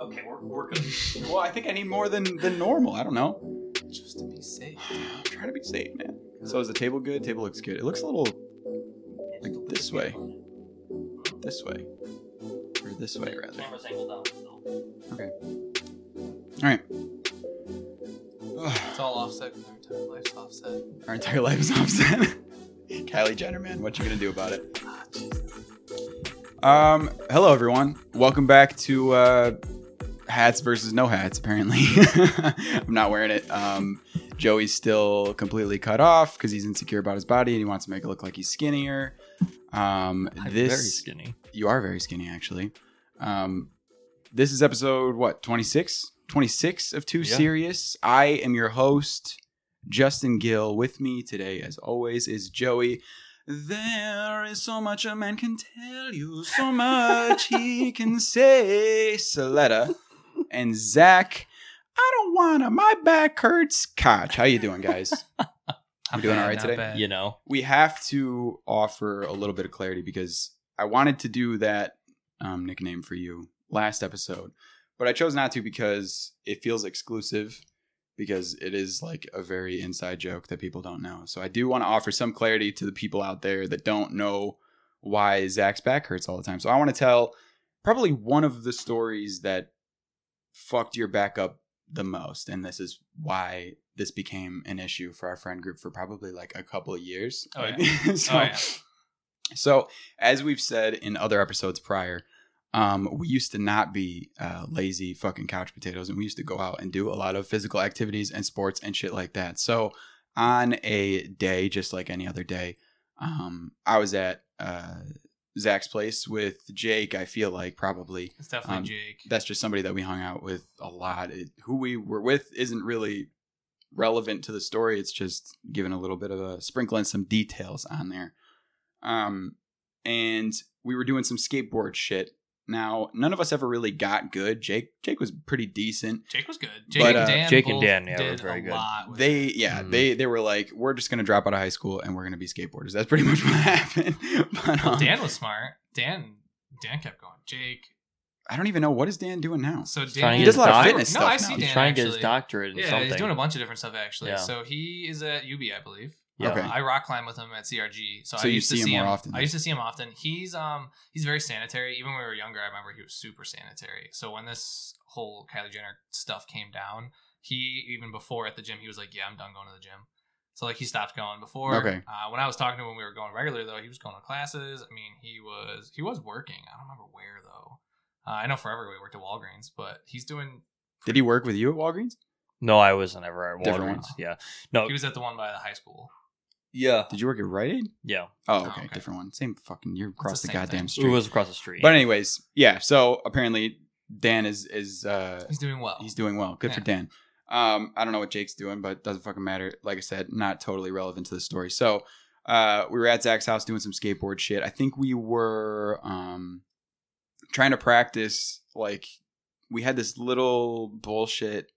Okay, we're, we're good. Well, I think I need more than than normal. I don't know. Just to be safe. I'm trying to be safe, man. So is the table good? Table looks good. It looks a little like this way, this way, or this way rather. Camera's angled down still. Ugh, It's all offset because our entire life's offset. our entire life is offset. Kylie Jenner, man, what you gonna do about it? Ah, jeez. Um, hello everyone. Welcome back to uh, hats versus no hats. Apparently, I'm not wearing it. Um, Joey's still completely cut off because he's insecure about his body and he wants to make it look like he's skinnier. Um, I'm this very skinny. you are very skinny actually um this is episode what 26 26 of two Yeah. serious i am your host justin gill with me today as always is joey there is so much a man can tell you so much he can say saletta and zach i don't wanna my back hurts koch how you doing guys I'm doing bad, alright not today? bad. You know, we have to offer a little bit of clarity because I wanted to do that um, nickname for you last episode, but I chose not to because it feels exclusive because it is like a very inside joke that people don't know. So I do want to offer some clarity to the people out there that don't know why Zach's back hurts all the time. So I want to tell probably one of the stories that fucked your back up the most and this is why this became an issue for our friend group for probably like a couple of years Oh, yeah. so, Oh, yeah. so as we've said in other episodes prior um, we used to not be uh, lazy fucking couch potatoes and we used to go out and do a lot of physical activities and sports and shit like that so on a day just like any other day um, i was at uh, zach's place with jake i feel like probably It's definitely Um, Jake. that's just somebody that we hung out with a lot. It, who we were with isn't really relevant to the story. It's just giving a little bit of a sprinkling some details on there. Um, and we were doing some skateboard shit. Now, none of us ever really got good. Jake Jake was pretty decent. Jake was good. Jake But, and uh, Dan. Jake and both Dan, yeah, did were very a good. Lot with They it. yeah, Mm. they they were like, we're just gonna drop out of high school and we're gonna be skateboarders. That's pretty much what happened. but um, Dan was smart. Dan. Dan kept going. Jake. I don't even know what is Dan doing now. So trying Dan to He does a lot of Doc- fitness no, stuff I now. see he's Dan trying to actually. get his doctorate in Yeah, something. he's doing a bunch of different stuff actually. Yeah. So he is at UB, I believe. Yeah. Okay. I rock climb with him at CRG. So, So I you used see to him see more him often I then. used to see him often. He's um he's very sanitary. Even when we were younger, I remember he was super sanitary. So when this whole Kylie Jenner stuff came down, he even before at the gym, he was like, "Yeah, I'm done going to the gym." So like he stopped going before. Okay. Uh, when I was talking to him when we were going regular though, he was going to classes. I mean, he was he was working. I don't remember where though. Uh, I know forever we worked at Walgreens, but he's doing. Did he work with you at Walgreens? no, I wasn't ever at Different Walgreens. ones. Yeah. No. He was at the one by the high school. yeah. Did you work at Rite Aid? Yeah. Oh, Oh, okay, okay. different one. Same fucking. You're across the the, same goddamn thing. street. It was across the street. but anyways, yeah. So apparently Dan is is uh He's doing well. he's doing well. Good for Oh. Yeah. Dan. Um, I don't know what Jake's doing, but it doesn't fucking matter. Like I said, not totally relevant to the story. So uh, we were at Zach's house doing some skateboard shit. I think we were um trying to practice like we had this little bullshit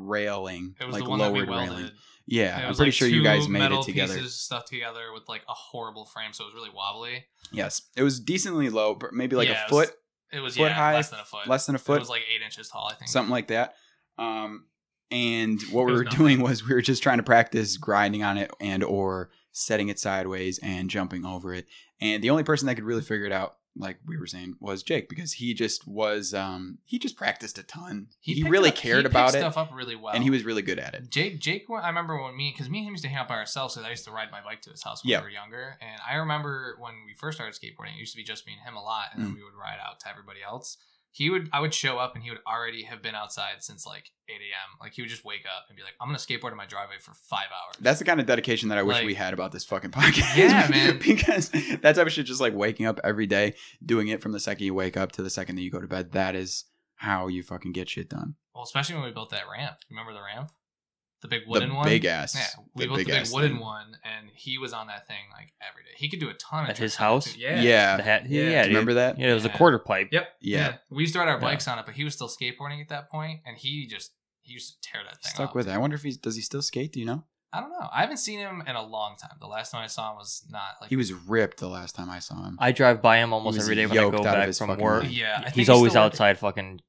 railing, It was like the one that we lowered welded. railing. It Yeah, I'm was, pretty like, sure you two guys made metal it together. Pieces stuck together with like a horrible frame, so it was really wobbly. Yes, it was decently low, but maybe like Yeah, a it was foot, It was Foot yeah, high, less than a foot. less than a It foot. was like eight inches tall, I think. something like that. Um, and what It we was were nothing. doing was we were just trying to practice grinding on it and or setting it sideways and jumping over it. And the only person that could really figure it out, like we were saying, was Jake because he just was um, he just practiced a ton. He, picked really up- he cared picked about it, Stuff up really well, and he was really good at it. Jake. Jake, I remember when me because me and him used to hang out by ourselves because I used to ride my bike to his house when Yeah. we were younger. And I remember when we first started skateboarding, it used to be just me and him a lot, and then Mm. we would ride out to everybody else. He would, I would show up, and he would already have been outside since like 8 a.m. Like he would just wake up and be like, "I'm gonna skateboard in my driveway for five hours." That's the kind of dedication that I wish Like- we had about this fucking podcast. Yeah, man. because that type of shit, just like waking up every day, doing it from the second you wake up to the second that you go to bed. That is how you fucking get shit done. Well, especially when we built that ramp. Remember the ramp? The big wooden the one? big ass. Yeah, we built the big ass wooden thing. one, and he was on that thing like every day. He could do a ton of At his tricks on it, house? too. Yeah. Yeah. Yeah. The hat. Yeah. Yeah. yeah Do you dude. remember that? Yeah, it was a Yeah. quarter pipe. Yep. We used to ride our Yeah. bikes on it, but he was still skateboarding at that point, and he just he used to tear that thing. Stuck up. with it. I wonder if he's does he still skate? Do you know? I don't know. I haven't seen him in a long time. The last time I saw him was not like He was ripped the last time I saw him. I drive by him almost was every day when I yoked go out of back his from fucking work. mind. Yeah, I think He's always still outside fucking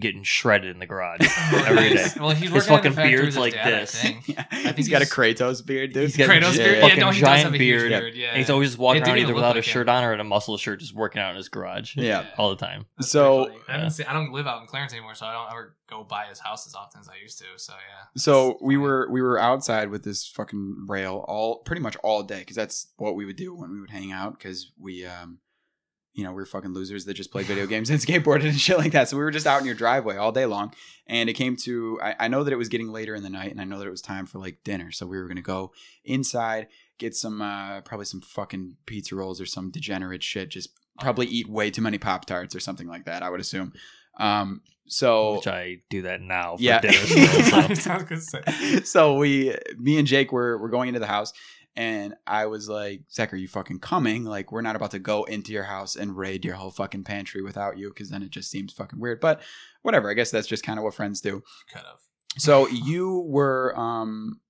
getting shredded in the garage. Well, Every he's- day. Well, he's His working at the fucking factory with beard's his like dad, I this. think. Yeah. he's think got a he's- Kratos beard, dude. He's got a Kratos gi- beard. Yeah, fucking no, he does giant have a beard. huge beard. Yeah. And he's always walking It didn't around even either look without a like him. shirt on or in a muscle shirt, just working out in his garage Yeah. all the time. That's So- pretty funny. I, haven't seen, I don't live out in Clarence anymore, so I don't ever go by his house as often as I used to. So yeah. So It's we funny. were we were outside with this fucking rail all pretty much all day because that's what we would do when we would hang out because we um you know we were fucking losers that just played video games and skateboarded and shit like that. So we were just out in your driveway all day long, and it came to I, I know that it was getting later in the night and I know that it was time for like dinner, so we were gonna go inside get some uh probably some fucking pizza rolls or some degenerate shit. Just probably eat way too many pop tarts or something like that. I would assume. Um. So Which I do that now for Yeah. dinner. Still, so. I was gonna say. so we, me and Jake were, were going into the house and I was like, Zach, are you fucking coming? Like, we're not about to go into your house and raid your whole fucking pantry without you. Cause then it just seems fucking weird, but whatever. I guess that's just kind of what friends do. Kind of. So you were, um,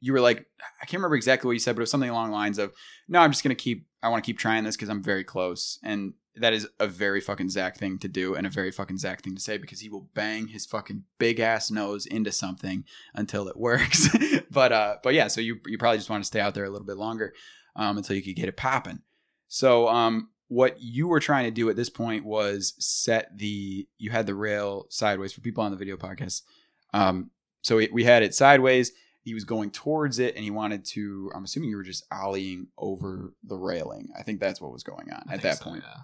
you were like, I can't remember exactly what you said, but it was something along the lines of, no, I'm just going to keep, I want to keep trying this cause I'm very close. And that is a very fucking Zach thing to do and a very fucking Zach thing to say because he will bang his fucking big ass nose into something until it works. but uh, but yeah, so you you probably just want to stay out there a little bit longer um, until you could get it popping. So um, what you were trying to do at this point was set the you had the rail sideways for people on the video podcast. Um, so we, we had it sideways. He was going towards it, and he wanted to. I'm assuming you were just ollieing over the railing. I think that's what was going on I think at that so, point. yeah.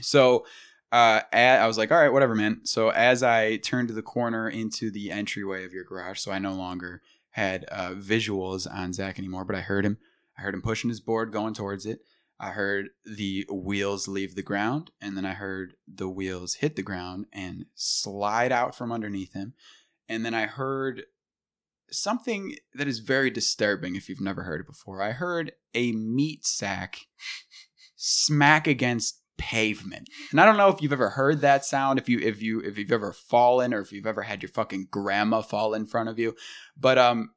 So uh, a- I was like, all right, whatever, man. So as I turned the corner into the entryway of your garage, so I no longer had uh, visuals on Zach anymore, but I heard him. I heard him pushing his board, going towards it. I heard the wheels leave the ground, and then I heard the wheels hit the ground and slide out from underneath him. And then I heard something that is very disturbing if you've never heard it before. I heard a meat sack smack against pavement. And I don't know if you've ever heard that sound, if you if you if you've ever fallen or if you've ever had your fucking grandma fall in front of you, but um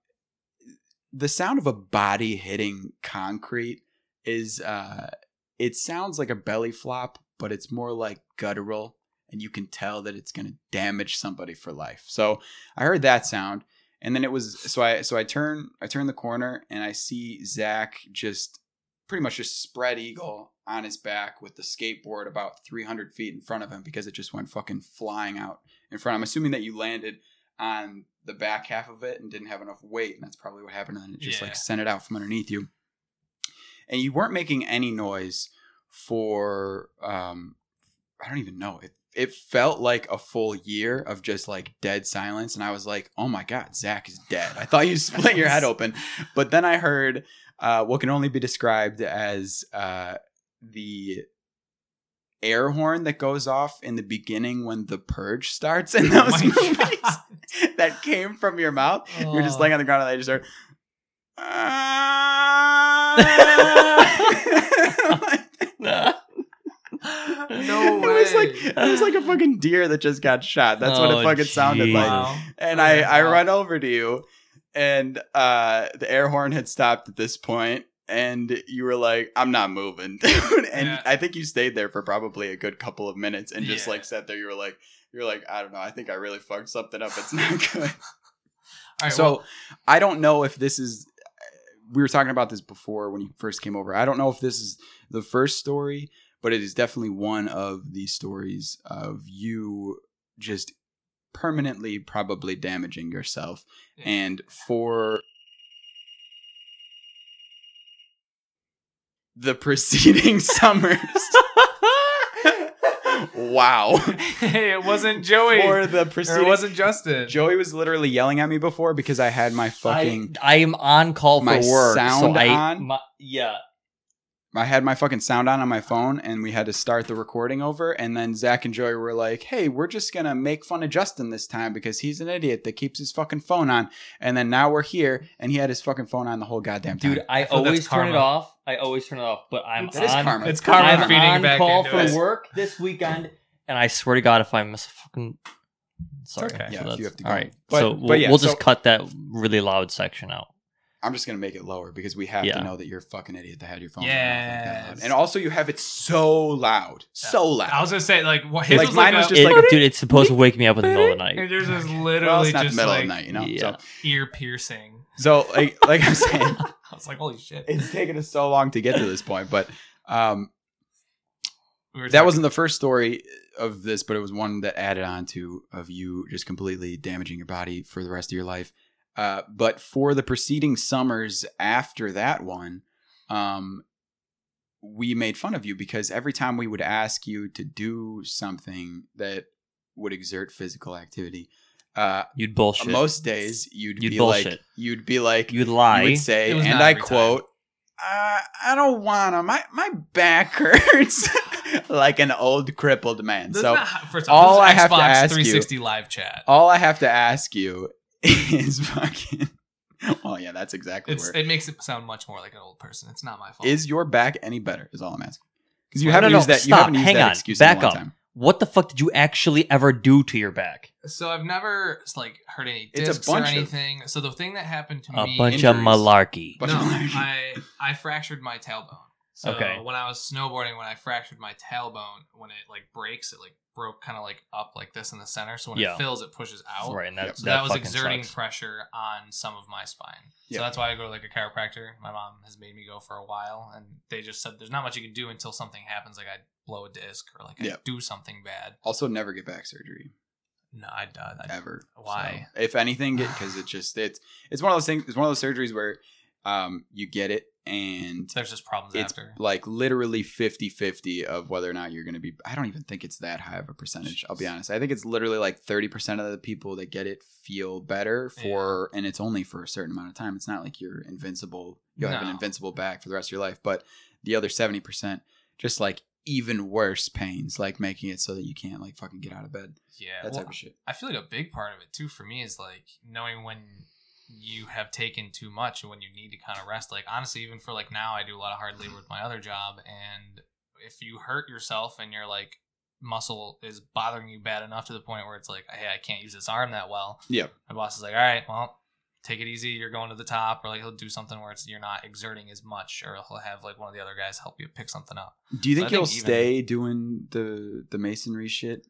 the sound of a body hitting concrete is uh it sounds like a belly flop, but it's more like guttural and you can tell that it's going to damage somebody for life. So I heard that sound and then it was so i so i turn i turn the corner and i see zach just pretty much just spread eagle on his back with the skateboard about 300 feet in front of him because it just went fucking flying out in front i'm assuming that you landed on the back half of it and didn't have enough weight and that's probably what happened and then it just Yeah. like sent it out from underneath you and you weren't making any noise for um i don't even know it it felt like a full year of just like dead silence and i was like oh my god zach is dead i thought you split your head open but then i heard uh, what can only be described as uh, the air horn that goes off in the beginning when the purge starts in Oh those my movies God. that came from your mouth you're just Oh. laying on the ground and they just heard "Ah." No It was like way. it was like a fucking deer that just got shot. That's what Oh, it fucking sounded Jesus. like. Wow. And Oh, I yeah. I run over to you, and uh the air horn had stopped at this point, and you were like, "I'm not moving," dude. And Yeah. I think you stayed there for probably a good couple of minutes, and just Yeah. like sat there. You were like, "You're like, I don't know. I think I really fucked something up. It's not good." All right, so well, I don't know if this is. We were talking about this before when you first came over. I don't know if this is the first story, but it is definitely one of the stories of you just permanently probably damaging yourself. Yeah. And for the preceding summers. wow. hey, it wasn't Joey. For the or preceding it wasn't Justin. Joey was literally yelling at me before because I had my fucking I, I am on call for My work. sound so I, on? my- yeah. I had my fucking sound on on my phone and we had to start the recording over and then Zach and Joey were like, "Hey, we're just going to make fun of Justin this time because he's an idiot that keeps his fucking phone on." And then now we're here and he had his fucking phone on the whole goddamn time. Dude, I, feel that's always turn it karma. off. I always turn it off, but I'm That is on karma. It's karma I'm feeding on back call into for it. work this weekend, and I swear to God, if I miss a fucking, sorry, okay. Yeah, if that's- you have to all go. right. But- so but we'll, yeah, we'll just so- cut that really loud section out. I'm just gonna make it lower because we have Yeah. to know that you're a fucking idiot that had your phone. on and off like that loud. Yes. And also, you have it so loud, so loud. I was gonna say like what his Like, was mine like was a- just It- like- dude, it's supposed to wake me up in the middle of the night. and yours is well, literally it's not the just middle like of the night, you know. yeah. ear piercing. So, so like, like I'm saying, I was like, holy shit. it's taken us so long to get to this point, but um, We were that talking- wasn't the first story of this, but it was one that added on to of you just completely damaging your body for the rest of your life. Uh, but for the preceding summers after that one, um, we made fun of you because every time we would ask you to do something that would exert physical activity, uh, You'd bullshit. most days you'd, You'd be like, bullshit. you'd be like, You'd lie. you would say, It was and not I every time. quote, uh, "I don't want to. My my back hurts like an old crippled man." This is so not how- first all all I I have to Xbox ask you- Oh, 360 live chat. all I have to ask you is fucking. Oh yeah, that's exactly It's where. it makes it sound much more like an old person. It's not my fault. Is your back any better? Is all I'm asking. Because you No, haven't no, no, used that. You stop. haven't used Hang that on. excuse Back in a long up. time. what the fuck did you actually ever do to your back? so I've never like hurt any It's a discs bunch or of- anything. so the thing that happened to A me bunch of injuries. malarkey. Bunch no, of malarkey. I I fractured my tailbone. So Okay. when I was snowboarding, when I fractured my tailbone, when it like breaks, it like broke kind of like up like this in the center. So when Yeah. it fills, it pushes out. Right, and that, So that, that, was fucking exerting sucks. pressure on some of my spine. Yeah. So that's why I go to like a chiropractor. My mom has made me go for a while, and they just said there's not much you can do until something happens, like I blow a disc or like I Yeah. do something bad. Also, never get back surgery No, uh, I died. I, ever. Why? So, if anything, because it just it's it's one of those things. It's one of those surgeries where um you get it and there's just problems it's after. like literally 50 50 of whether or not you're going to be i don't even think it's that high of a percentage i'll be honest i think it's literally like 30% of the people that get it feel better for and it's only for a certain amount of time it's not like you're invincible you'll have an No. invincible back for the rest of your life but the other 70% just like even worse pains like making it so that you can't like fucking get out of bed Yeah, that well, type of shit I feel like a big part of it too for me is like knowing when you have taken too much and when you need to kind of rest. Like honestly, even for like now, I do a lot of hard labor with my other job, and if you hurt yourself and your like muscle is bothering you bad enough to the point where it's like, hey, I can't use this arm that well. Yeah. my boss is like, all right, well. Take it easy. You're going to the top, or like he'll do something where it's you're not exerting as much, or he'll have like one of the other guys help you pick something up. do you so think I you'll think even- stay doing the the masonry shit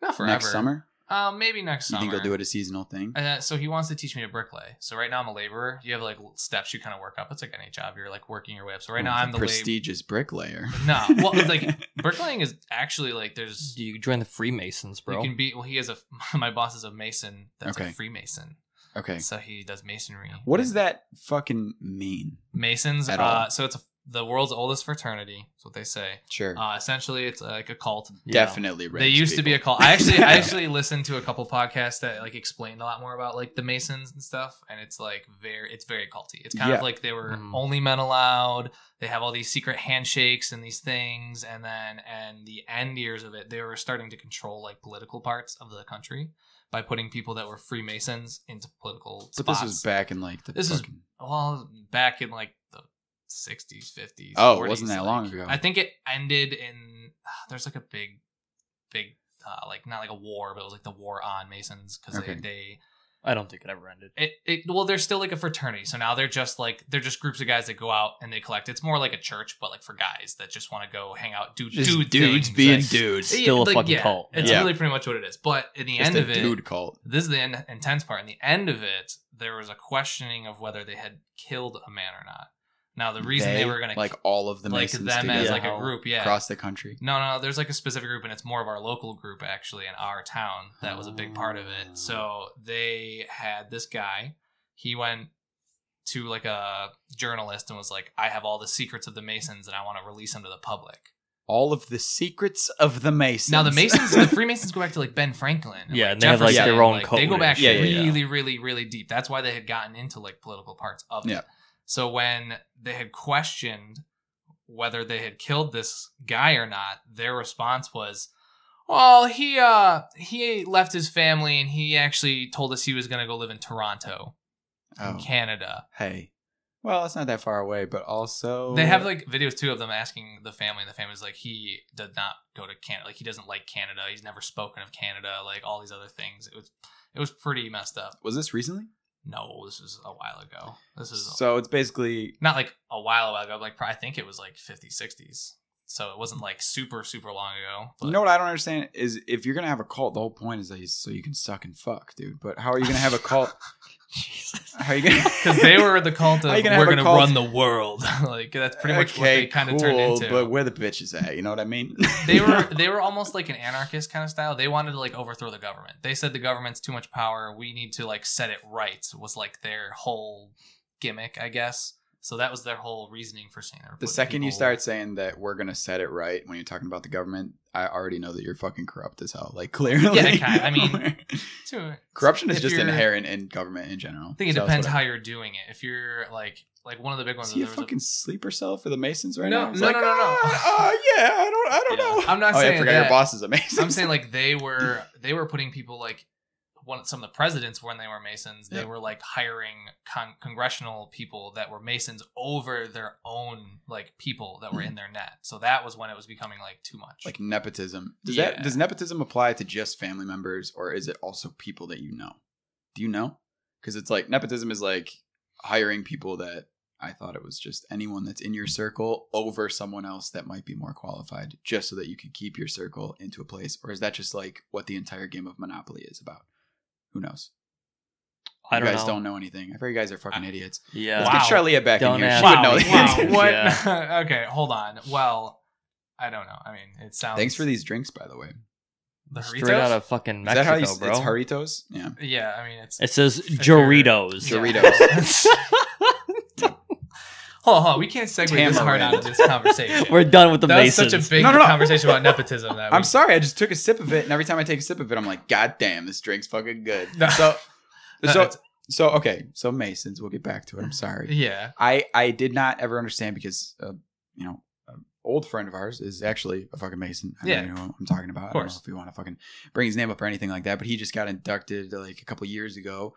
Not forever. next summer Um, maybe next you summer. think you'll do it a seasonal thing Uh, so he wants to teach me to bricklay. So right now I'm a laborer. You have like steps you kind of work up. It's like any job. You're like working your way up. So right now Oh, I'm the lab- prestigious bricklayer No, well, like bricklaying is actually like there's You join the Freemasons, bro. you can be. Well, he is a my boss is a mason. That's Okay. a Freemason. okay So he does masonry. What does that fucking mean? Masons. At Uh, all. so it's a, the world's oldest fraternity. That's what they say. Sure. Uh, essentially, it's uh, like a cult. Yeah. Definitely rich. they used to be a people. cult. I actually I actually listened to a couple podcasts that like explained a lot more about like the Masons and stuff, and it's like very it's very culty. It's kind Yeah. of like they were Mhm. only men allowed. They have all these secret handshakes and these things, and then and the end years of it, they were starting to control like political parts of the country by putting people that were Freemasons into political But spots. this was back in like the This is- fucking, well back in like the 60s, 50s. Oh, it 40s, wasn't that like, long ago. I think it ended in uh, there's like a big, big uh, like not like a war, but it was like the war on Masons because Okay. they, I don't think it ever ended. they it, it well they're still like a fraternity, so now they're just like they're just groups of guys that go out and they collect. It's more like a church, but like for guys that just want to go hang out, do Just dude dudes things, being like- dudes. Yeah, Still a like, fucking yeah, cult. It's Yeah. really pretty much what it is. But at the Just end a of it, dude cult. this is the in- intense part. In the end of it, there was a questioning of whether they had killed a man or not. Now the reason they, were going to like all of the like Masons them as together like a Yeah. group, yeah. across the country. No, no, there's like a specific group, and it's more of our local group actually in our town. That was a big part of Ah. it. So they had this guy. He went to like a journalist and was like, "I have all the secrets of the Masons, and I want to release them to the public." All of the secrets of the Masons. Now the Masons, the Freemasons go back to like Ben Franklin. Yeah, like, and they have, like, Jefferson, their own code They go back and shit. Yeah, really, yeah, yeah. really, really deep. That's why they had gotten into like political parts of Yeah. it. So when they had questioned whether they had killed this guy or not, their response was, "Well, he uh he left his family and he actually told us he was going to go live in Toronto, in oh, Canada." hey. Well, it's not that far away, but also They have like videos too of them asking the family, and the family's like, he did not go to Canada. Like he doesn't like Canada. He's never spoken of Canada. Like all these other things. It was it was pretty messed up. Was this recently? No, this is a while ago. This is So it's basically not like a while, while ago. Like, probably, I think it was like 50s, 60s. So it wasn't like super, super long ago. you know what I don't understand is if you're gonna have a cult, the whole point is that you, so you can suck and fuck, dude. But how are you gonna have a cult? Jesus. How are you gonna? Because they were the cult of How you we're gonna have a gonna cult?" run the world. like that's pretty much what they kind of turned cool, into. But where the bitch is at, you know what I mean? they were they were almost like an anarchist kind of style. They wanted to like overthrow the government. They said the government's too much power. We need to like set it right. Was like their whole gimmick, I guess. So that was their whole reasoning for saying that. the second you start saying that we're gonna set it right when you're talking about the government, I already know that you're fucking corrupt as hell. Like clearly, Yeah, kinda. I mean, to, corruption is if just you're- inherent in government in general. I think it depends how you're doing it. If you're like like one of the big ones, See a there was a- fucking sleeper cell for the Masons right No, now. It's no, like, no, no, no. "Ah, uh, yeah, I don't, I don't Yeah. know. I'm not oh, yeah, I saying forgot that. your boss is a Mason. I'm saying like they were they were putting people like one some of the presidents when they were Masons they Yeah. were like hiring con- congressional people that were Masons over their own like people that were in their net so that was when it was becoming like too much like nepotism. Does Yeah. that does nepotism apply to just family members, or is it also people that you know? Do you know? Because it's like nepotism is like hiring people that I thought it was just anyone that's in your circle over someone else that might be more qualified, just so that you can keep your circle into a place. Or is that just like what the entire game of Monopoly is about? Who knows? I don't you guys know. don't know anything. I heard you guys are fucking idiots. Yeah. Let's Wow. get Charlia back in here. Dumbass. She Wow, would know the wow. answers. what Yeah. okay hold on well I don't know I mean it sounds Thanks for these drinks, by the way. the Straight Doritos? out of fucking is that how Mexico, you? s- bro. It's Haritos. Yeah. yeah I mean it's It says If Doritos. you're- Doritos. hold on, hold on we can't segue this hard out of this conversation We're done with the that was Masons. such a big No, no, no. conversation about nepotism that we I'm sorry. I just took a sip of it, and every time I take a sip of it, I'm like, God damn, this drink's fucking good. No. So, No, so, it's- so okay. So Masons, we'll get back to it. I'm sorry. yeah I I did not ever understand because uh, you know. an Old friend of ours is actually a fucking Mason. I Yeah. don't know who I'm talking about. Of I don't know course. if we want to fucking bring his name up or anything like that, but he just got inducted like a couple years ago.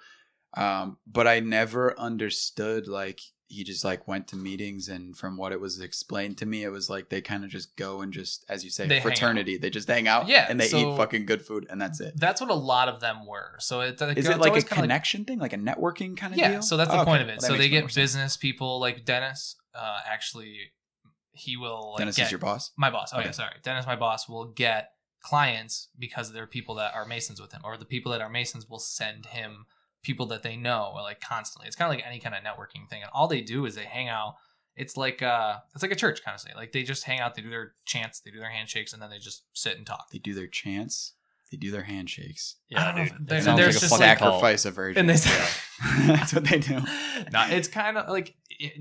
Um, but I never understood like he just like went to meetings and from what it was explained to me, it was like they kind of just go and just as you say, They hang out. fraternity. They just hang out Yeah, and they so- eat fucking good food and that's it. That's what a lot of them were. So it, Is uh, it's it like a always kinda connection thing, like a networking kind of yeah. deal? So that's the Oh, okay. point of it. Well, that so makes they way more get sense. business people like Dennis. Uh, actually, he will. Like, Dennis get, is your boss. my boss. Oh yeah, Okay. sorry. Dennis, my boss, will get clients because they're people that are Masons with him, or the people that are Masons will send him people that they know like constantly. It's kind of like any kind of networking thing, and all they do is they hang out. It's like uh, it's like a church kind of thing. Like they just hang out, they do their chants, they do their handshakes, and then they just sit and talk. They do their chants. They do their handshakes. I yeah, don't know. dude. It There- sounds there's like a just fucking like- cult. sacrifice a And virgin. they that's what they do. no, it's kind of like.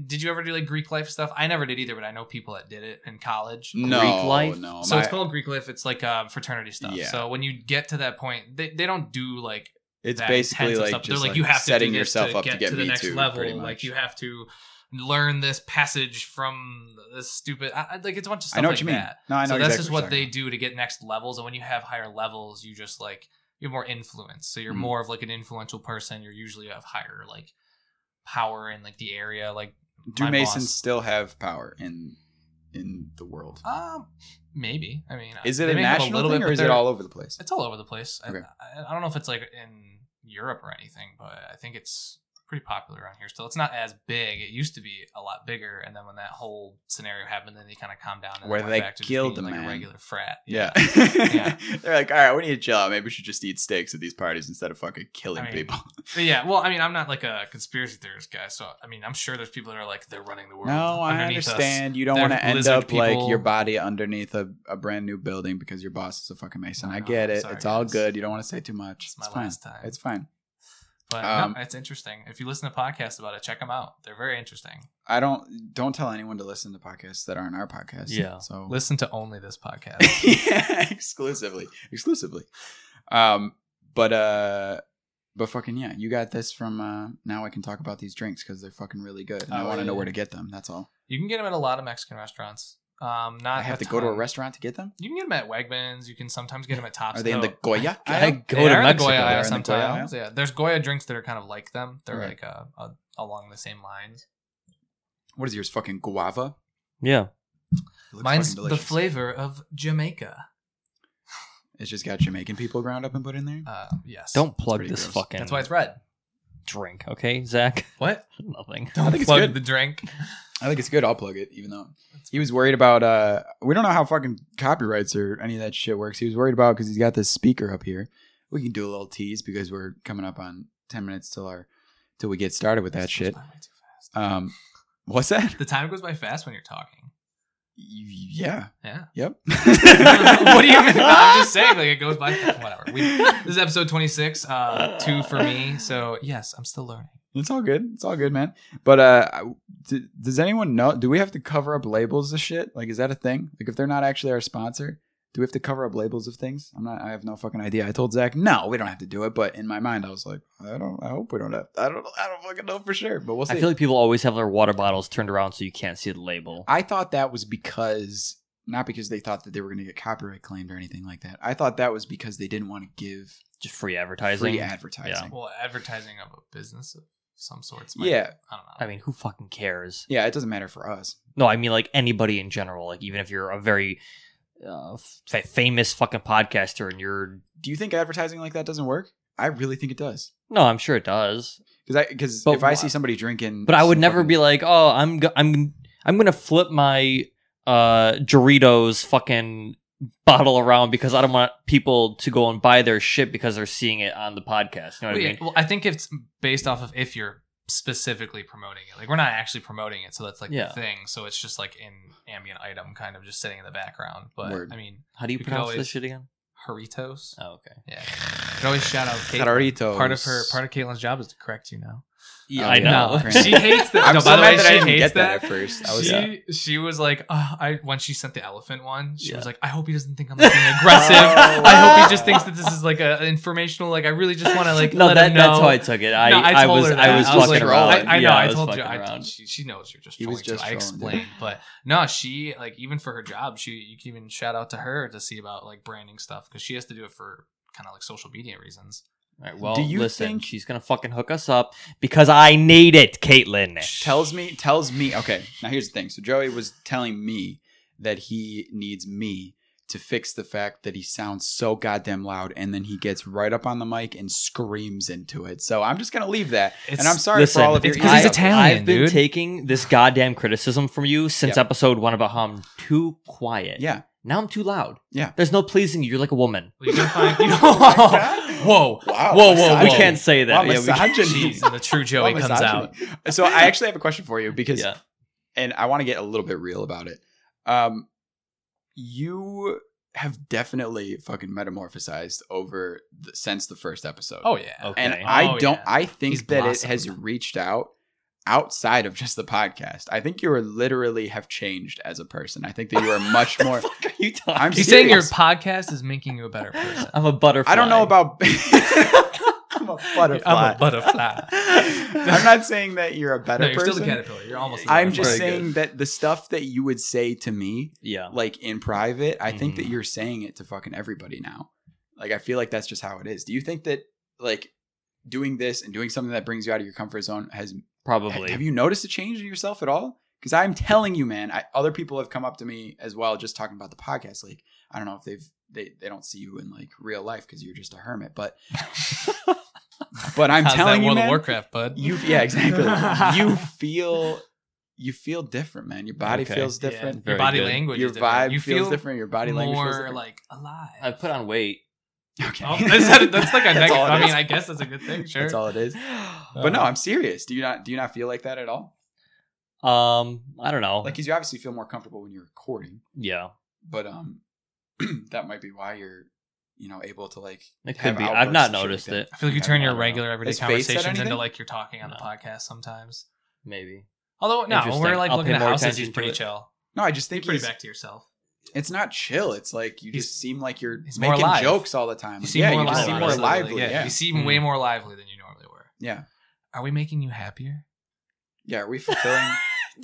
Did you ever do like Greek life stuff? I never did either, but I know people that did it in college. No, life? no. So it's my- called Greek life. It's like uh, fraternity stuff. Um, Yeah. So when you get to that point, they, they don't do like It's that basically intensive like stuff. just They're like, like, you have setting to do this yourself to up get to get the me next too, pretty level. much. Like you have to learn this passage from this stupid. I, I- like it's a bunch of stuff. I know like what you mean. that. No, I know so exactly that's just what you're they talking do to get next levels. And when you have higher levels, you just like you have more influence. So you're Mhm. more of like an influential person. You're usually of higher like power in like the area. Like about. Do my Masons boss. still have power in in the world? um maybe I mean Is it they a may have national little thing bit, or but is it they're- all over the place? It's all over the place. I- Okay. I, I don't know if it's like in Europe or anything, but I think it's pretty popular around here still. It's not as big. It used to be a lot bigger, and then when that whole scenario happened, then they kind of calmed down. And Where went they back to just killed being, the like a man. regular frat. Yeah. Yeah. They're like, all right, we need to chill out. Maybe we should just eat steaks at these parties instead of fucking killing I mean, people. But yeah, well, I mean, I'm not like a conspiracy theorist guy, so I mean, I'm sure there's people that are like they're running the world. No, I underneath us. understand. You don't want They're to end lizard up like people. your body underneath a, a brand new building because your boss is a fucking mason. I I know. get it. Oh Sorry, it's all guys. good. You don't want to say too much. It's It's, my fine. last time. It's fine. But Um, no, it's interesting. If you listen to podcasts about it, check them out. They're very interesting. I don't don't tell anyone to listen to podcasts that aren't our podcast. Yeah. So Listen to only this podcast. yeah, exclusively. Exclusively. Um but uh but fucking yeah, you got this from uh now I can talk about these drinks because they're fucking really good. And I Oh, want to yeah, know yeah. where to get them. That's all. You can get them at a lot of Mexican restaurants. Um, not I have a to go to a ton. restaurant to get them? You can get them at Wegmans. You can sometimes get them at Tops. Are they in though. the Goya? I aisle? go They are in to the Mexico. Goya They're in aisle the Goya aisle? sometimes. yeah, there's Goya drinks that are kind of like them. They're Okay. like uh, uh, along the same lines. What is yours? Fucking guava? Yeah. It looks Mine's fucking the delicious. flavor of Jamaica. It's just got Jamaican people ground up and put in there. Uh, yes, Don't plug pretty this gross. fucking. That's why it's red. drink, okay, Zach? What? Nothing. I think it's Plug good. the drink. I think it's good. I'll plug it, even though he was worried about. uh We don't know how fucking copyrights or any of that shit works. He was worried about because he's got this speaker up here. We can do a little tease because we're coming up on ten minutes till our till we get started with that shit. Goes by way too fast. Um, what's that? the time goes by fast when you're talking. Yeah. Yeah. Yep. what do you mean? I'm just saying, like it goes by. Whatever. We, this is episode 26, uh, two for me. So yes, I'm still learning. It's all good. It's all good, man. But uh, I- d- does anyone know? Do we have to cover up labels of shit? Like, is that a thing? Like, if they're not actually our sponsor, do we have to cover up labels of things? I'm not. I have no fucking idea. I told Zach, no, we don't have to do it. But in my mind, I was like, I don't. I hope we don't have. I don't. I don't fucking know for sure. But we'll see. I feel like people always have their water bottles turned around so you can't see the label. I thought that was because not because they thought that they were going to get copyright claimed or anything like that. I thought that was because they didn't want to give Just free advertising. free advertising. Well, advertising of a business of some sorts. might- Yeah, I don't know. I mean, who fucking cares? yeah. It doesn't matter for us. No, I mean like anybody in general. Like even if you're a very uh, fa- famous fucking podcaster and you're Do you think advertising like that doesn't work? I really think it does. no, I'm sure it does. Because I because But if I why- see somebody drinking, But I would some never fucking- be like, oh, I'm go- I'm I'm gonna flip my uh, Doritos fucking bottle around because I don't want people to go and buy their shit because they're seeing it on the podcast. You know what Well, I yeah, mean? well, I think it's based off of if you're specifically promoting it. Like we're not actually promoting it, so that's like Yeah. the thing. So it's just like an ambient item, kind of just sitting in the background. But Word. I mean, How do you we could pronounce always- this shit again? Haritos. Oh, okay. Yeah, Could always shout out. Caitlin. Jarritos. Part of her, part of Caitlin's job is to correct you now. Yeah, I yeah. know. Apparently. she hates that. I'm no, so by the mad way, that I she didn't hates get that that. at first. I was- she, Yeah. she was like, "Ugh," I when she sent the elephant one, she Yeah. was like, I hope he doesn't think I'm like, being aggressive. Oh. I hope he just thinks that this is like a an informational. Like I really just want to like no, let that, him know. that's how I took it. I, No, I, told was her that. I was fucking like, around. I, I know. Yeah, I, was told fucking you. I, around. told- she, she knows you're just. He was trolling, too. just I trolling, explained, but no, she like even for her job, she you can even shout out to her to see about like branding stuff because she has to do it for kind of like social media reasons. All right, well, Do you listen, think- she's gonna fucking hook us up because I need it, Caitlin. tells me tells me okay now here's the thing so joey was telling me that he needs me to fix the fact that he sounds so goddamn loud and then he gets right up on the mic and screams into it so i'm just gonna leave that and i'm sorry listen, for all of your it's 'cause he's ears I- out there. Italian, I've been dude. taking this goddamn criticism from you since Yeah. episode one about how I'm too quiet. yeah Now I'm too loud. Yeah. There's no pleasing you. You're like a woman. Well, you're gonna find. You God. whoa. wow Whoa, whoa, whoa. We can't say that. Wow, yeah, we misogyny. Jeez, and the true Joey Wow, comes out. misogyny. so i actually have a question for you because Yeah. and I want to get a little bit real about it. Um, you have definitely fucking metamorphosized over the, since the first episode. Oh yeah. Okay. and okay. I Oh, don't. yeah. I think He's that it has blossomed. reached out outside of just the podcast. I think you are literally have changed as a person. I think that you are much more. Are you talking? I'm He's saying your serious. podcast is making you a better person. I'm a butterfly. I don't know about. I'm a butterfly. I'm a butterfly. I'm not saying that you're a better no, you're person. still the caterpillar. You're almost. The I'm caterpillar. just Very good. saying that the stuff that you would say to me Yeah. like in private, I think that Mm-hmm. Mhm. you're saying it to fucking everybody now. Like I feel like that's just how it is. Do you think that like doing this and doing something that brings you out of your comfort zone has Probably. have you noticed a change in yourself at all? Because I'm telling you, man, I, other people have come up to me as well, just talking about the podcast. Like I don't know if they've they they don't see you in like real life because you're just a hermit, but but I'm How's that telling you, World man, of Warcraft, bud. you yeah exactly. you feel you feel different, man. Your body Okay. feels Yeah, different. Very your body good. language. Your is different. vibe You feels feel different. Your body language feels more different. like alive. I put on weight. okay. Oh, is that- that's like a That's negative. all it I mean, is. I guess that's a good thing. Sure. Uh, That's all it is. But no, I'm serious. Do you not do you not feel like that at all? Um, I don't Oh. know. Like, 'cause you obviously feel more comfortable when you're recording, yeah, but um, that might be why you're, you know, able to like. it could have be. I've outbursts and not shit like noticed that. it. I feel like you I turn your don't know. regular everyday Has Faith said conversations into anything? like you're talking on the No. podcast sometimes. Maybe. Although no, when we're Interesting. like I'll looking pay at more houses, attention he's to pretty it. chill. No, I just You're think pretty he's, back to yourself. it's not chill. It's like you He's- just seem like you're he's more making alive. jokes all the time. You Like, seem yeah, more you lively. just seem more Literally, lively. Yeah, Yeah, you yeah. seem Mm-hmm. way more lively than you normally were. yeah. Are we making you happier? Are we fulfilling?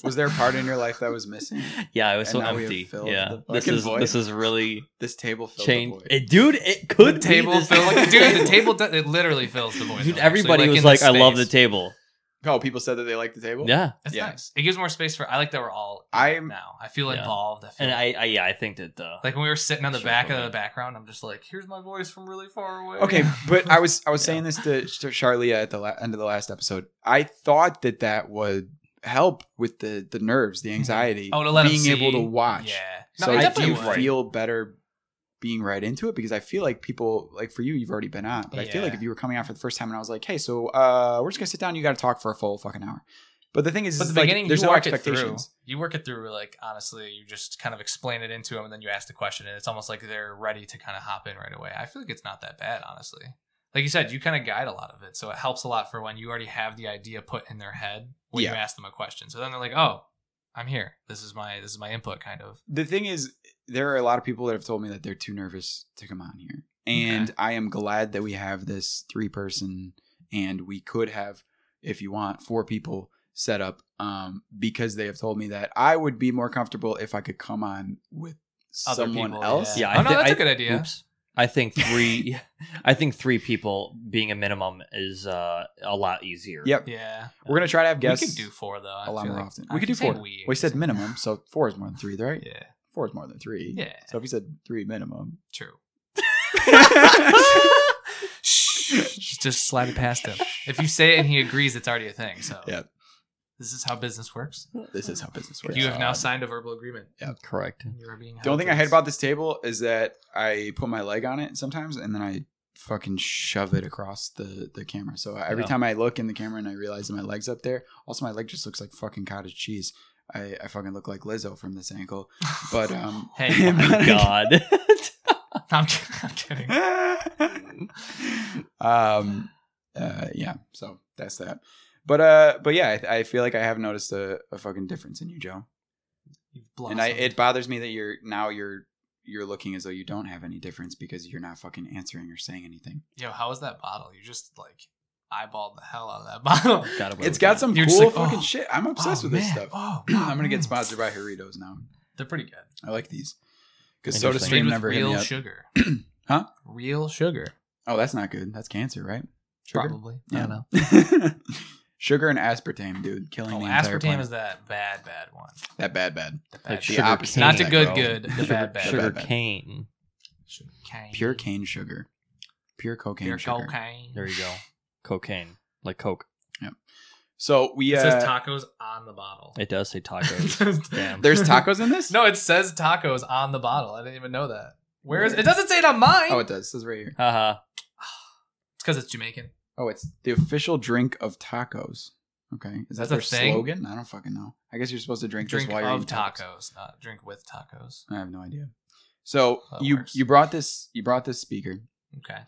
was there a part in your life that was missing? Yeah, it was And so now we have empty. filled Yeah, the this fucking is void. this is really This table filled the changed. void. It, dude, it could be table this- fills, dude. The table, do- it literally fills the void. Dude, though, actually, everybody like, was in the like, "I love the space. table." Oh, people said that they liked the table. Yeah, That's Yeah. nice. It gives more space for. I like that we're all I'm- now. I feel Yeah. involved. I feel and I, I yeah I think that uh, like when we were sitting on the Sure, back of okay. the background. I'm just like, here's my voice from really far away. Okay, but I was I was Yeah. saying this to, to Charlia at the la- end of the last episode. I thought that that would help with the the nerves, the anxiety, oh to let 'em being able see. to watch. Yeah, so it I do definitely would. feel better being right into it because I feel like people like for you, you've already been on, but I feel like Yeah. if you were coming on for the first time and I was like, hey, so uh, we're just gonna sit down, you got to talk for a full fucking hour. But the thing is, But is the like, beginning, there's you no work it through. expectations. You work it through. Like honestly, you just kind of explain it into them, and then you ask the question, and it's almost like they're ready to kind of hop in right away. I feel like it's not that bad, honestly. Like you said, you kind of guide a lot of it, so it helps a lot for when you already have the idea put in their head when Yeah. you ask them a question. So then they're like, "Oh, I'm here. This is my this is my input." Kind of. the thing is, there are a lot of people that have told me that they're too nervous to come on here. And I am glad that we have this three person and we could have, if you want, four people set up um, because they have told me that I would be more comfortable if I could come on with Other someone people, else. Yeah, Yeah. I oh no, thi- that's a I- good idea. Oops. I think three, I think three people being a minimum is uh, a lot easier. Yep. Yeah. We're going to try to have guests We could do four though. I a lot feel more like. often. I We could do say four. We, We said minimum, so four is more than three, right? Yeah. Four is more than three. Yeah. So if you said three minimum. True. Shh, just slide it past him. If you say it and he agrees, it's already a thing. So Yep. this is how business works. this is how business works. You have now Uh, signed a verbal agreement. correct. You are being The only held thing to I hate this. about this table is that I put my leg on it sometimes and then I fucking shove it across the, the camera. So uh, every Yeah. time I look in the camera and I realize that my leg's up there, also my leg just looks like fucking cottage cheese. I, I fucking look like Lizzo from this ankle. But um Hey, Oh my God. I'm, kid- I'm kidding. um uh yeah, so that's that. But uh but yeah, I, I feel like I have noticed a, a fucking difference in you, Joe. You've blossomed. And I, it bothers me that you're now you're you're looking as though you don't have any difference because you're not fucking answering or saying anything. Yo, how was that bottle? You just like eyeballed the hell out of that bottle. Got away It's with got that. some You're just cool like, fucking oh, shit. I'm obsessed Oh, with this man. stuff. Oh, I'm gonna get mm. sponsored by Doritos now. They're pretty good. I like these because Interesting. Soda Stream Made never with hit me real up. sugar. Huh? Real sugar. oh, that's not good. That's cancer, right? Probably. I don't know. sugar and aspartame, dude, killing Oh, the entire aspartame planet. is that bad, bad one. that bad, bad. The bad, Like bad. The sugar opposite. cane, Not the good, bro. good, the sugar, bad, bad. Sugar The bad, bad. cane. Sugar cane. Pure cane sugar, pure cocaine Pure sugar. cocaine. There you go. Cocaine, like Coke. So we It uh, says tacos on the bottle. It does say tacos. Damn. there's tacos in this. No, it says tacos on the bottle. I didn't even know that. Where is it? Doesn't say it on mine. Oh, it does. It says right here. Haha. it's because it's Jamaican. Oh, it's the official drink of tacos. Okay, is that That's a their thing? slogan? I don't fucking know. I guess you're supposed to drink, Drink this while you're of eating tacos. tacos, not drink with tacos. I have no idea. So That you works. you brought this you brought this speaker. Okay.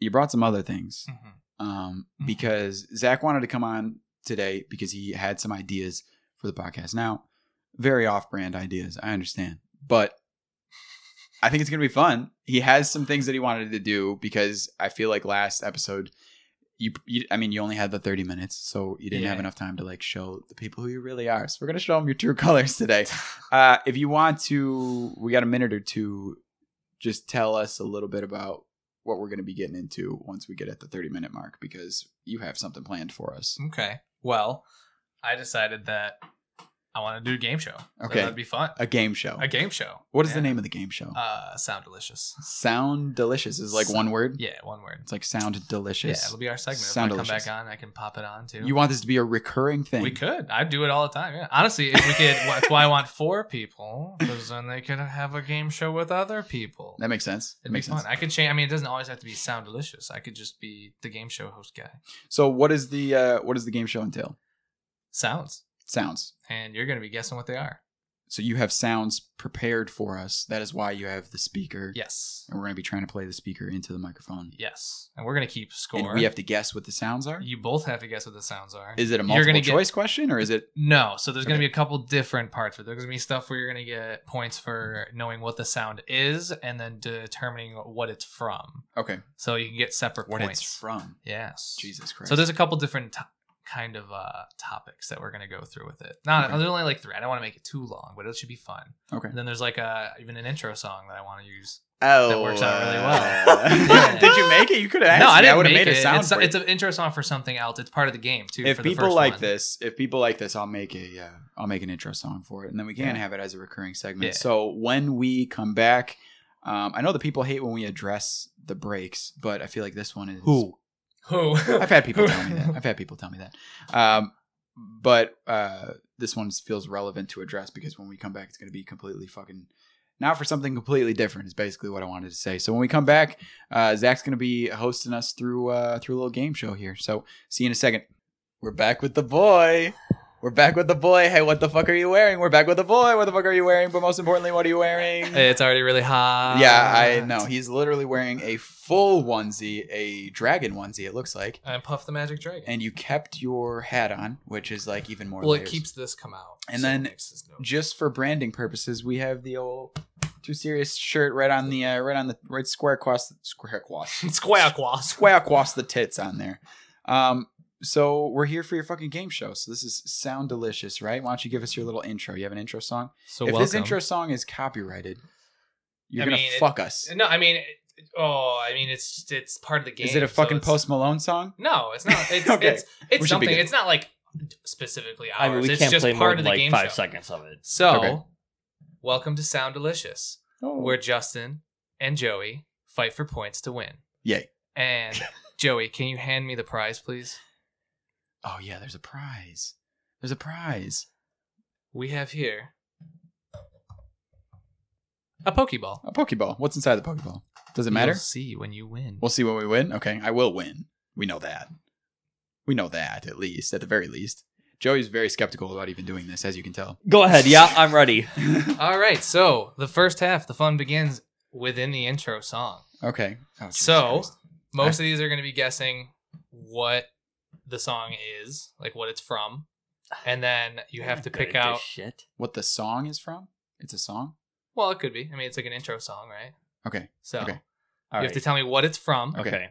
You brought some other things hmm um, Mhm. because Zach wanted to come on today because he had some ideas for the podcast. Now, very off-brand ideas, I understand, but I think it's gonna be fun. He has some things that he wanted to do because I feel like last episode, you, you I mean, you only had the thirty minutes, so you didn't have Yeah. enough time to like show the people who you really are. So we're gonna show them your true colors today. Uh, if you want to, we got a minute or two. Just tell us a little bit about what we're going to be getting into once we get at the 30 minute mark because you have something planned for us. Okay. Well, I decided that I want to do a game show. So Okay. That'd be fun. A game show. A game show. What is the Yeah. name of the game show? Uh, sound delicious. sound delicious is like one word. Yeah, one word. It's like sound yeah, delicious. it'll be our segment. Sound if I delicious. come back on, I can pop it on too. you want this to be a recurring thing. We could. I'd do it all the time. Yeah. Honestly, if we could, that's why I want four people because then they could have a game show with other people. That makes sense. It It'd be makes fun. sense. I could change. I mean, it doesn't always have to be sound delicious. I could just be the game show host guy. So what is the uh, what does the game show entail? Sounds, Sounds. and you're gonna be guessing what they are. So you have sounds prepared for us. That is why you have the speaker. Yes. And we're going to be trying to play the speaker into the microphone. Yes. And we're gonna keep score. And we have to guess what the sounds are. you both have to guess what the sounds are. Is it a You're multiple gonna get- choice question or is it No, so there's going Okay. to be a couple different parts. But there's going to be stuff where you're going to get points for knowing what the sound is, and then determining what it's from. okay? So you can get separate What points. it's from? Yes. Jesus Christ. So there's a couple different to- kind of uh, topics that we're gonna go through with it. Not Okay. there's only like uh, three. I don't want to make it too long, but it should be fun. okay. And then there's like a even an intro song that I want to use. Oh, That works out really well. uh, Did you make it? You could have asked. no, I me. didn't would've make made it. a sound. it's, for it's you. an intro song for something else. It's part of the game too. if for the people first like one. this, if people like this, I'll make a yeah, I'll make an intro song for it, and then we can have it as a recurring segment. Yeah. So when we come back, um, I know the people hate when we address the breaks, but I feel like this one is who I've had people tell me that. I've had people tell me that. Um, but uh, this one feels relevant to address because when we come back, it's going to be completely fucking. Now for something completely different is basically what I wanted to say. So when we come back, uh, Zach's going to be hosting us through uh, through a little game show here. So see you in a second. We're back with the boy. We're back with the boy. Hey, what the fuck are you wearing? We're back with the boy. What the fuck are you wearing? But most importantly, what are you wearing? It's already really hot. yeah, uh, I know. He's literally wearing a full onesie, a dragon onesie. It looks like And puff the magic dragon. and you kept your hat on, which is like even more. well, it layers. keeps this come out. And so then it makes this go- just for branding purposes. We have the old too serious shirt right on the uh, right on the right square across square across square quas. square across the tits on there. Um, so we're here for your fucking game show. So this is sound delicious, right? Why don't you give us your little intro? You have an intro song. So if welcome. this intro song is copyrighted, you're I gonna mean, it- fuck us. No, I mean, it- oh, I mean, it's it's part of the game. Is it a so fucking it's- Post Malone song? No, it's not. It's Okay. it's it's We should be something. good. It's not like specifically ours. I mean, we it's can't just play part more of than the like game five show. seconds of it. So, Okay. welcome to Sound Delicious, Oh, where Justin and Joey fight for points to win. Yay. And Joey, can you hand me the prize, please? oh yeah, there's a prize. There's a prize. We have here a Pokeball. A Pokeball. What's inside the Pokeball? Does it matter? You'll see when you win. We'll see when we win. Okay, I will win. We know that. We know that at least, at the very least. Joey's very skeptical about even doing this, as you can tell. Go ahead. Yeah, I'm ready. All right. So the first half, the fun begins within the intro song. Okay. Oh, Jesus So Christ. most of these are going to be guessing what the song is, like what it's from, and then you have to pick out. Shit. what the song is from? It's a song. Well, it could be. I mean, it's like an intro song, right? Okay. So Okay. you All have to tell me what it's from, Okay. okay.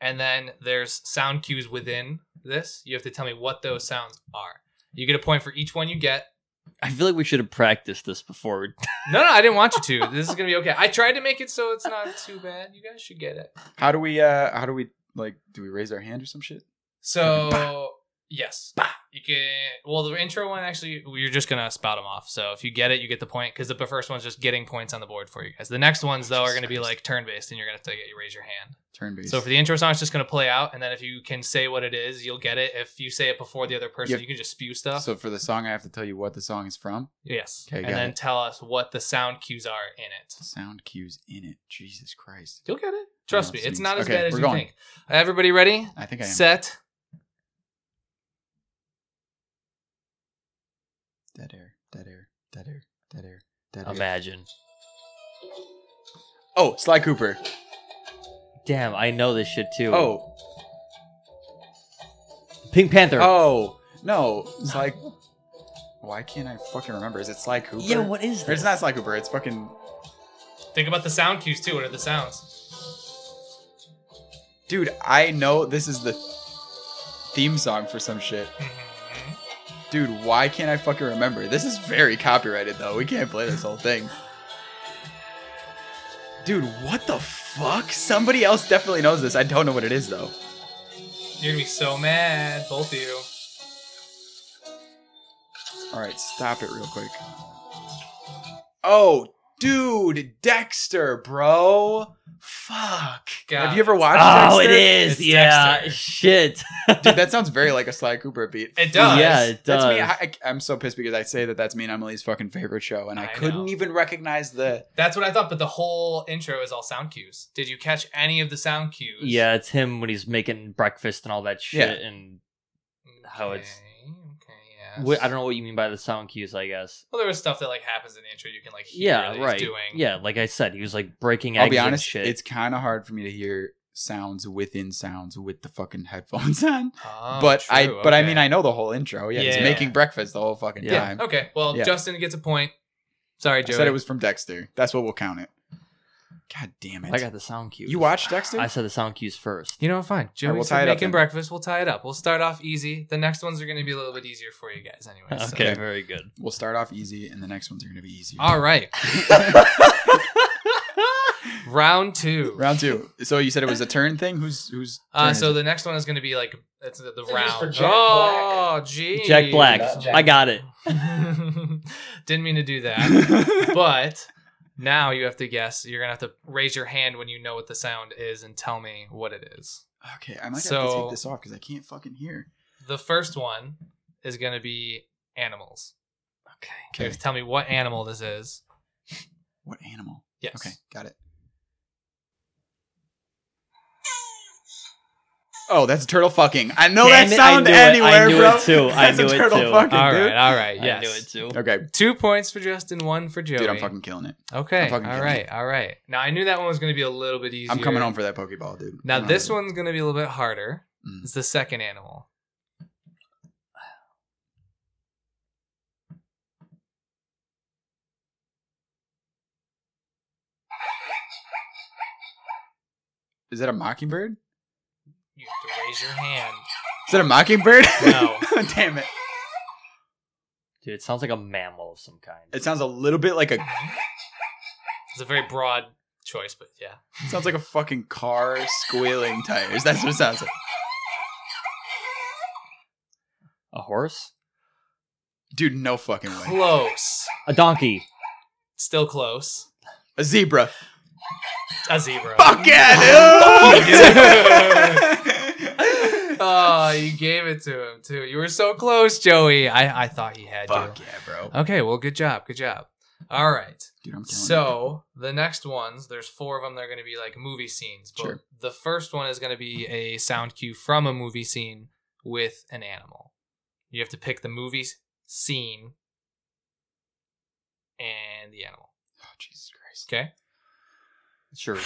and then there's sound cues within this. You have to tell me what those sounds are. You get a point for each one you get. I feel like we should have practiced this before. No, no, I didn't want you to. This is gonna be okay. I tried to make it so it's not too bad. You guys should get it. How do we? uh How do we? Like, do we raise our hand or some shit? So yes, you can. Well, the intro one actually, you're just gonna spout them off. So if you get it, you get the point because the first one's just getting points on the board for you guys. The next ones though are Jesus gonna be Christ. like turn based, and you're gonna have to get, raise your hand. Turn based. So for the intro song, it's just gonna play out, and then if you can say what it is, you'll get it. If you say it before the other person, Yeah. you can just spew stuff. so for the song, I have to tell you what the song is from. yes, Okay, got and then it. tell us what the sound cues are in it. Sound cues in it. Jesus Christ. You'll get it. Trust me, Yeah, it's sweet. not as Okay, bad as we're you going. think. Everybody ready? I think I am. Set. Dead air. Dead air. Dead air. Dead air. Dead air. Imagine. Oh, Sly Cooper. Damn, I know this shit too. Oh, Pink Panther. Oh no! It's like, why can't I fucking remember? Is it Sly Cooper? yeah. What is Or this? it's not Sly Cooper. It's fucking Think about the sound cues too. What are the sounds? dude. I know this is the theme song for some shit, Mm-hmm. dude. Why can't I fucking remember? This is very copyrighted though. We can't play this whole thing. Dude, what the fuck? Somebody else definitely knows this. I don't know what it is though. You're gonna be so mad, both of you. All right, stop it real quick. Oh, dude, Dexter, bro. Fuck. Got Have you ever it. watched Oh, it Dexter? is. It's yeah. Dexter. Shit. Dude, that sounds very like a Sly Cooper beat. It does. Yeah, it does. That's me. I, I, am so pissed because I say that that's me and Emily's fucking favorite show, and I, I couldn't know. even recognize the. That's what I thought. But the whole intro is all sound cues. Did you catch any of the sound cues? yeah, it's him when he's making breakfast and all that shit. And how it's- Okay, Okay. Yeah. wh- I don't know what you mean by the sound cues. I guess. Well, there was stuff that like happens in the intro. You can like hear that Yeah. he's Right. Doing. Yeah. Like I said, he was like breaking eggs I'll be and honest, shit. it's kind of hard for me to hear sounds within sounds with the fucking headphones on. Oh, but I, true, but I okay. mean, I know the whole intro. Yeah, he's Yeah. Oh, making breakfast the whole fucking Yeah. time. Okay. Well, Yeah. Justin gets a point. Sorry, I Joey. said it was from Dexter. That's what we'll count it. God damn it! I got the sound cues. you watched Dexter? I said the sound cues first. You know, fine. Joey's we'll tie it up making then. breakfast. We'll tie it up. We'll start off easy. The next ones are going to be a little bit easier for you guys, anyway. so- Okay. Very good. we'll start off easy, and the next ones are gonna be easier. All right. Round two. Round two. So you said it was a turn thing. Who's who's? Uh, turn so is it? the next one is going to be like that's the, the It was for round. Jack Oh, gee, Jack Black. Not Jack I got it. Didn't mean to do that, but now you have to guess. You're gonna have to raise your hand when you know what the sound is and tell me what it is. okay, I might have to So- take this off because I can't fucking hear. The first one is gonna be animals. Okay. You have Okay. to tell me what animal this is. What animal? Yes. Okay, got it. Oh, that's turtle fucking. I know Damn that it, I sound knew it. I anywhere, knew bro. it too. I That's a knew it turtle too. fucking, All dude. right. All right. I Yes. knew it too. Okay, Two points for Justin. One for Joey. dude, I'm fucking killing it. I'm Okay. All fucking killing right. All right. Now I knew that one was gonna be a little bit easier. I'm coming home for that Pokeball, dude. Now I'm coming this home. one's gonna be a little bit harder. Um, Mm. It's the second animal. Is that a mockingbird? You have to raise your hand. Is that a mockingbird? No. Damn it. Dude, it sounds like a mammal of some kind. It sounds a little bit like a It's a very broad choice, but yeah. it sounds like a fucking car squealing tires. That's what it sounds like. a horse? Dude, no fucking way. Close. A donkey. Still close. A zebra. A zebra. Fuck yeah, Fuck, dude. Oh, you gave it to him too. You were so close, Joey. I, I thought he had Fuck you. yeah, bro. Okay, well, good job. Good job. All right. Dude, I'm killing it. So the next ones, there's four of them. They're going to be like movie scenes. But Sure. The first one is going to be a sound cue from a movie scene with an animal. You have to pick the movie s- scene and the animal. Oh, Jesus Christ. Okay. Sure.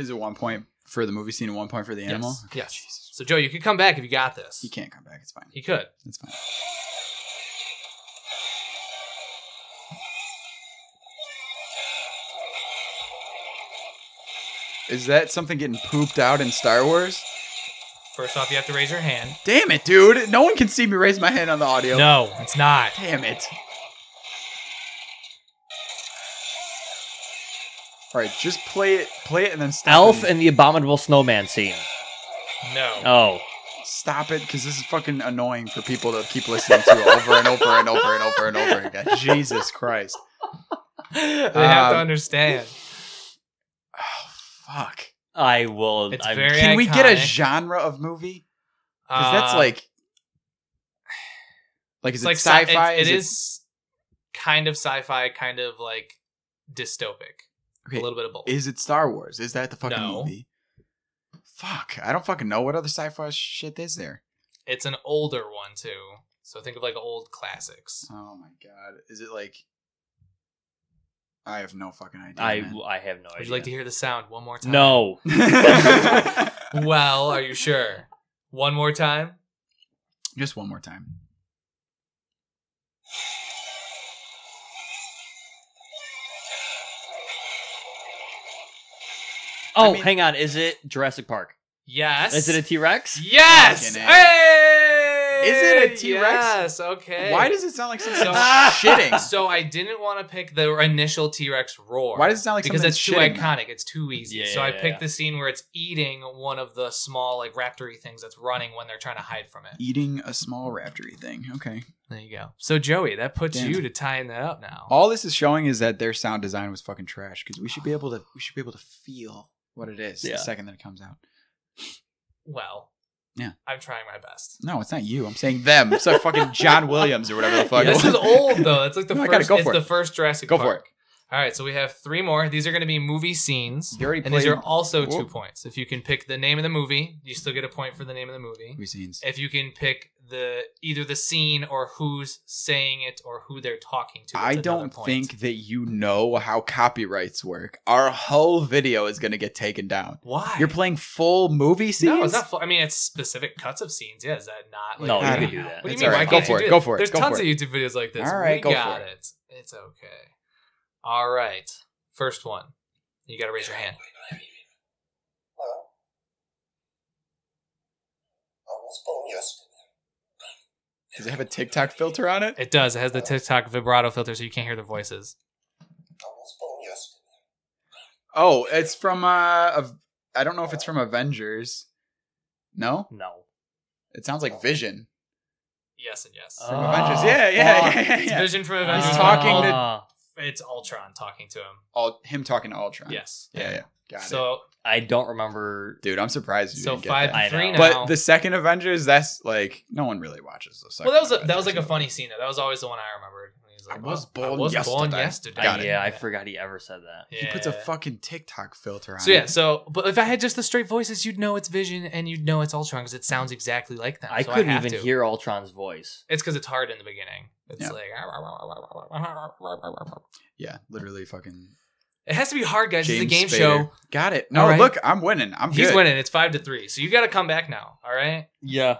Is it one point for the movie scene and one point for the animal? Yes. Okay, Yes. Jesus. So Joe, you could come back if you got this. He can't come back. It's fine. He could. It's fine. Is that something getting pooped out in Star Wars? First off, you have to raise your hand. Damn it, dude. No one can see me raise my hand on the audio. No, it's not. Damn it. All right, just play it, play it, and then stop Elf it. and the Abominable Snowman scene. No. Oh. stop it because this is fucking annoying for people to keep listening to over and over and over and over and over again. Jesus Christ. They have to Um, understand. Oh, fuck. I will. It's I'm- very- Can we get a iconic. genre of movie? Because that's Uh, like, like is it's it like sci- sci-fi? It, it is kind of sci-fi, kind of like dystopic. Okay, A little bit of both. Is it Star Wars? Is that the fucking No. movie? Fuck, I don't fucking know what other sci-fi shit is there. It's an older one too. So think of like old classics. Oh my god, is it like? I have no fucking idea. I, man. I have no idea. Would you like to hear the sound one more time? No. Well, are you sure? One more time? Just one more time. Oh, mean- hang on. Is it Jurassic Park? Yes. Is it a T Rex? Yes! Fucking A. Hey! Is it a T-Rex? Yes, okay. Why does it sound like something So- shitting? So I didn't want to pick the initial T-Rex roar. Why does it sound like because something's that's too shitting, though? iconic. It's too easy. Yeah, so I yeah, picked yeah. the scene where it's eating one of the small like raptory things that's running when they're trying to hide from it. Eating a small raptory thing. Okay. There you go. So Joey, that puts Damn. you to tying that up now. All this is showing is that their sound design was fucking trash because we should be able to we should be able to feel what it is Yeah. the second that it comes out. well, Yeah. I'm trying my best. No, it's not you. I'm saying them. It's like fucking John Williams or whatever the fuck. Yeah, it this is was. old though. That's like the No, I first. gotta go it's for the it. first Jurassic Go for Park. All right, so we have three more. These are going to be movie scenes, You already and these played- are also two Whoa. points. If you can pick the name of the movie, you still get a point for the name of the movie. Movie scenes. if you can pick the either the scene or who's saying it or who they're talking to. I It's another don't point. think that you know how copyrights work. Our whole video is gonna get taken down. why You're playing full movie scenes. No, it's not. Full, I mean, it's specific cuts of scenes. Yeah, is that not? Like, I no, you don't could do that. What do you It's mean? all Why right. Go can't you for it. do Go for it. There's Go tons for of YouTube videos like this. All right, we go for got it. it. It's okay. All right, first one. You got to raise your hand. Does it have a TikTok filter on it? It does. It has the TikTok vibrato filter, so you can't hear the voices. Oh, it's from uh, a, I don't know if it's from Avengers. No, No. it sounds like Vision. Yes and yes. Oh, Avengers. Yeah, yeah, fuck. yeah, yeah, Ah, It's yeah. Vision from Avengers. He's talking to- Ah, It's Ultron talking to him. All him talking to Ultron. Yes. Yeah, yeah. Got it. So I don't remember. Dude, I'm surprised you so didn't get five that. I and three know. now. But the second Avengers, that's like no one really watches the second. well, that was a, that was like a Avengers movie. funny scene. though. That was always the one I remembered. He like, I was "Well, born I was born yesterday." yesterday. Got it. yeah, I forgot he ever said that. He puts a Yeah. fucking TikTok filter on. So yeah, it. so but if I had just the straight voices, you'd know it's Vision and you'd know it's Ultron because it sounds exactly like them. I so couldn't have even to. hear Ultron's voice. It's because it's hard in the beginning. It's Yeah. like "Ah, yeah, literally fucking. it has to be hard, guys. James it's a game Spader. show. Got it. No, All right. look, I'm winning. I'm He's good. winning. It's five to three. So you got to come back now. All right. Yeah.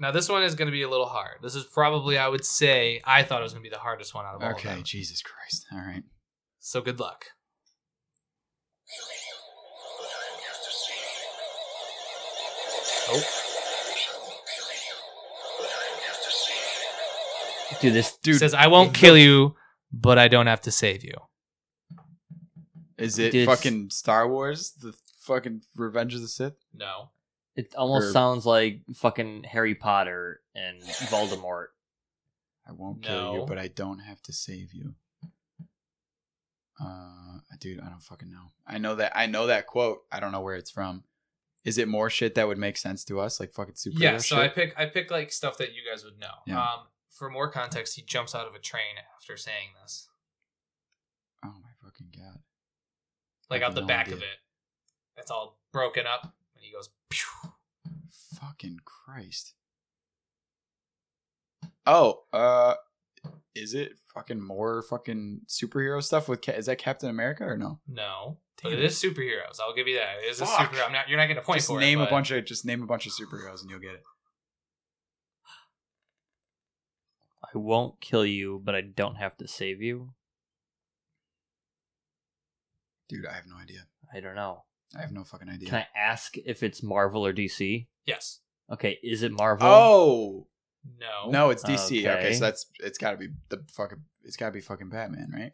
Now this one is going to be a little hard. This is probably, I would say, I thought it was going to be the hardest one out of all of Okay, them. Jesus Christ. All right. So good luck. Dude, this Dude, Dude, says, "I won't kill you, but I don't have to save you." is it Dude, it's- fucking Star Wars? The fucking Revenge of the Sith? No. it almost er, Or- sounds like fucking Harry Potter and Voldemort. I won't kill you, No. but I don't have to save you. Uh, dude, I don't fucking know. I know that I know that quote. I don't know where it's from. Is it more shit that would make sense to us, like fucking super? yeah so i shit? pick i pick like stuff that you guys would know Yeah. um for more context he jumps out of a train after saying this oh my fucking god! like I have out the no back of idea. it it's all broken up and he goes Pew. Fucking Christ! Oh, uh, is it fucking more fucking superhero stuff with? Ca- is that Captain America or no? no but Damn it it. is superheroes i'll give you that it is a Fuck. superhero i'm not you're not getting a point Just for name it, a but bunch of just name a bunch of superheroes and you'll get it. I won't kill you, but I don't have to save you. Dude, I have no idea. I don't know. I have no fucking idea. Can I ask if it's Marvel or DC? yes Okay, is it Marvel? oh. no No, it's DC. Okay, Okay. so that's it's got to be the fucking it's got to be fucking Batman, right?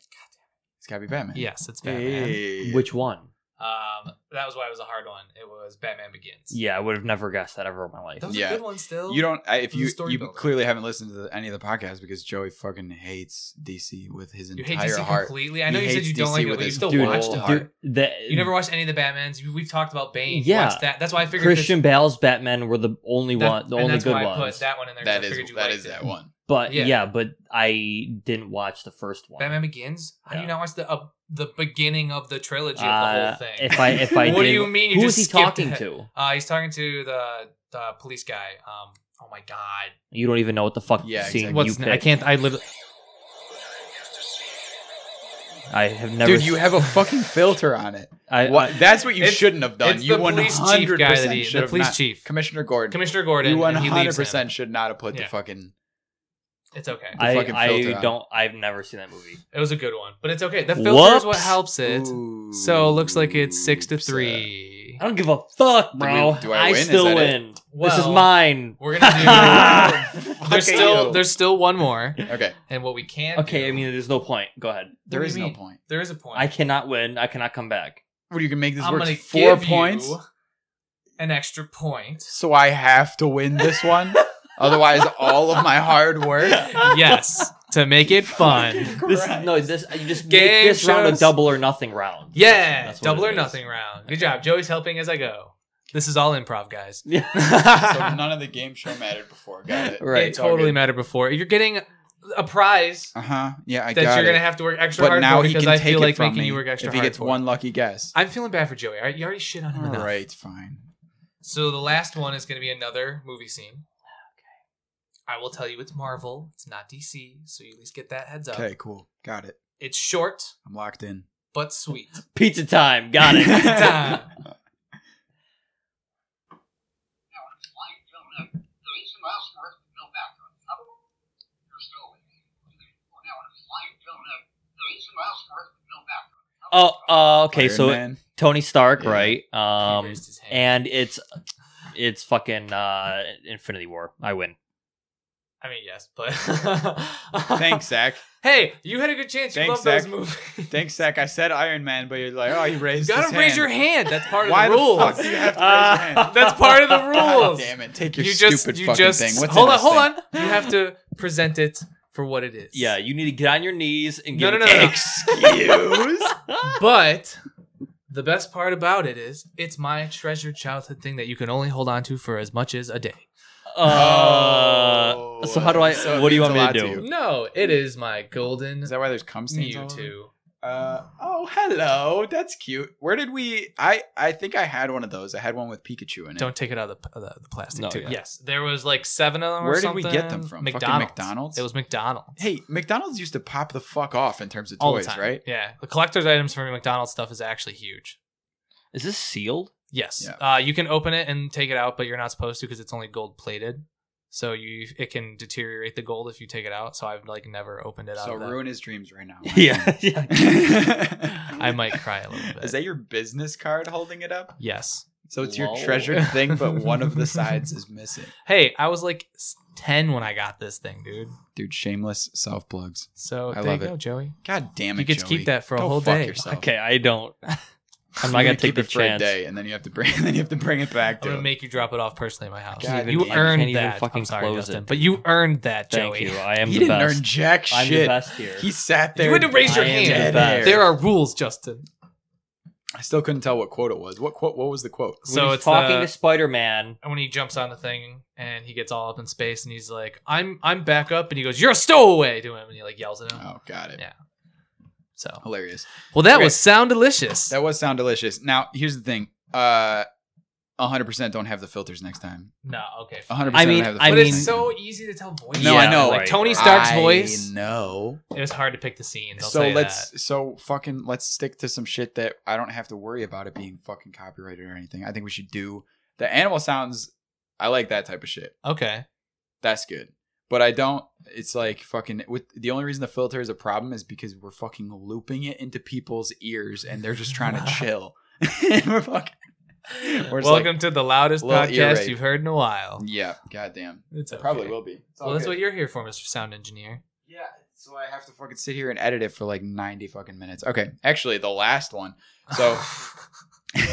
It's got to be Batman. yes it's batman Hey. Which one? um that was why it was a hard one it was batman begins Yeah, I would have never guessed that ever in my life. that was Yeah. a good one still you don't I, if Who's you the story you builder? clearly haven't listened to the, any of the podcasts because Joey fucking hates DC with his you entire hate DC heart. completely. I He know you said hates you don't DC like with it, but you his still Dude, watched whole it. heart. that- You never watched any of the Batmans. You- We've talked about Bane. You Yeah. watched that. That's why I figured Christian This, Bale's Batman were the only that- one, the and only that's good why ones. I put that one in there. 'cause That I figured is you that liked is it. that one. But Yeah. yeah. but I didn't watch the first one. Batman Begins. How do you Yeah. not watch the uh, the beginning of the trilogy Uh, of the whole thing? If I if I what did, do you mean? You who just is he skipped talking ahead? to? Uh, he's talking to the the police guy. Um. Oh my god. You don't even know what the fuck Yeah, scene exactly. you What's picked. I can't. I literally. I have never. Dude, you have a fucking filter on it. I, What? That's what you It's- shouldn't have done. it's you the one police chief hundred guy that percent he. should The have police not. chief. Commissioner Gordon. Commissioner Gordon. you one and he hundred leaves him. percent should not have put the Yeah. fucking. It's okay. I, fucking filter I on. don't. I've never seen that movie. It was a good one, but it's okay. The filter is what Whoops. helps it. So it looks like it's six to three. I don't give a fuck, Do we- bro. do I I, win? Is still that it? win. this is Well, mine. We're gonna do. there's Fuck still you. there's still one more, Okay, and what we can't. Okay, do- I mean, there's no point. Go ahead. there do is you no mean? point. there is a point. I cannot win. I cannot come back. What are you gonna make this I'm work? gonna Four give points. you an extra point. so I have to win this one. Otherwise, all of my hard work. yes, to make it fun. This, no, this you just Game make this round a shows. double or nothing round. Yeah, That's what double it or is. nothing round. Good job, Joey's helping as I go. This is all improv, guys. So Yeah. none of the game show mattered before. Got it. right. it it's all totally good. mattered before. You're getting a prize Uh huh. Yeah, I that got you're it. gonna have to work extra but hard now for he because can I take feel it like from making me you work extra if he hard gets for it. one lucky guess. I'm feeling bad for Joey. All right, you already shit on him All enough. right, fine. So the last one is going to be another movie scene. Okay. I will tell you it's Marvel. It's not DC, so you at least get that heads up. Okay, cool. Got it. It's short I'm locked in. but sweet. Pizza time. Got it. It's time. oh, uh, okay. Iron so Man. Tony Stark, Yeah. right? He Um, raised his hand. and it's it's fucking uh, Infinity War. I win. I mean, yes, but Thanks, Zach. Hey, you had a good chance. You Thanks, love those Zach. movies. Thanks, Zach. I said Iron Man, but you're like, oh, he You raised. gotta his raise hand. your hand. That's part of Why the the rules. fuck do you have to raise your Ah. hand? That's part of the God rules. damn it! Take your you just, stupid you fucking just, thing. What's hold in on, this hold thing? on. You have to present it for what it is. Yeah, you need to get on your knees and No, get no, no, no. Excuse. But the best part about it is it's my treasured childhood thing that you can only hold on to for as much as a day. Uh, Oh, so how do I? so it what do you means want a me to lot to do? you. No, it is my golden Is that why there's cum stains? all over it? Mewtwo. Uh, oh, hello. That's cute. Where did we? I I think I had one of those. I had one with Pikachu in it. Don't take it out of the, the, the plastic No, too. yeah. Yes, there was like seven of them. or Where did we get them something. from? Fucking McDonald's. McDonald's? It was McDonald's. Hey, McDonald's used to pop the fuck off in terms of all toys, the time, right? Yeah, the collector's items for McDonald's stuff is actually huge. Is this sealed? Yes, Yeah. uh, you can open it and take it out, but you're not supposed to because it's only gold plated. So you it can deteriorate the gold if you take it out. So I've like never opened it out. So of that. ruin his dreams right now. Yeah, yeah. I I might cry a little bit. Is that your business card holding it up? yes. So it's Lol. your treasured thing, but one of the sides is missing. Hey, I was like s- ten when I got this thing, dude. Dude, shameless self plugs. So I there love you it. go, Joey. God damn it. You get to Joey. keep that for a Go whole fuck day. Yourself. Okay, I don't. I'm not You're gonna keep take the it for a chance. day, and then you have to bring, and then you have to bring it back. I'm To gonna him. make you drop it off personally at my house. God you damn it. earned Can't even that. fucking I'm sorry, close Justin, it. but you earned that, Thank Joey. you. I am he the didn't best. earn jack I'm the shit. best here. He sat there. You had to raise your I am hand. the Dead best. There are rules, Justin. I still couldn't tell what quote it was. What quote? What was the quote? When so he's it's talking the- to Spider Man. And when he jumps on the thing and he gets all up in space and he's like, "I'm I'm back up," and he goes, "You're a stowaway" to him, and he like yells at him. Oh, got it. Yeah. So Hilarious. well, that Okay. was sound delicious. That was sound delicious. Now here's the thing. Uh, 100% don't have the filters next time. no, okay. 100% I mean- don't have the I but filters mean- it's next time. so easy to tell voice. Oh. No, I know. Like right, Tony right. Stark's I voice. No. It was hard to pick the scenes. I'll So tell you let's so fucking let's stick to some shit that I don't have to worry about it being fucking copyrighted or anything. I think we should do the animal sounds. I like that type of shit. that. okay. That's good. But I don't. It's like fucking. With the only reason the filter is a problem is because we're fucking looping it into people's ears and they're just trying to chill. we're fucking. We're just Welcome to the loudest Little ear podcast rape. you've heard in a while. Like, yeah. Goddamn. It's It okay. probably will be. It's all Well, that's good. what you're here for, Mr. Sound Engineer. Yeah, so I have to fucking sit here and edit it for like 90 fucking minutes. Okay, actually, the last one. So, so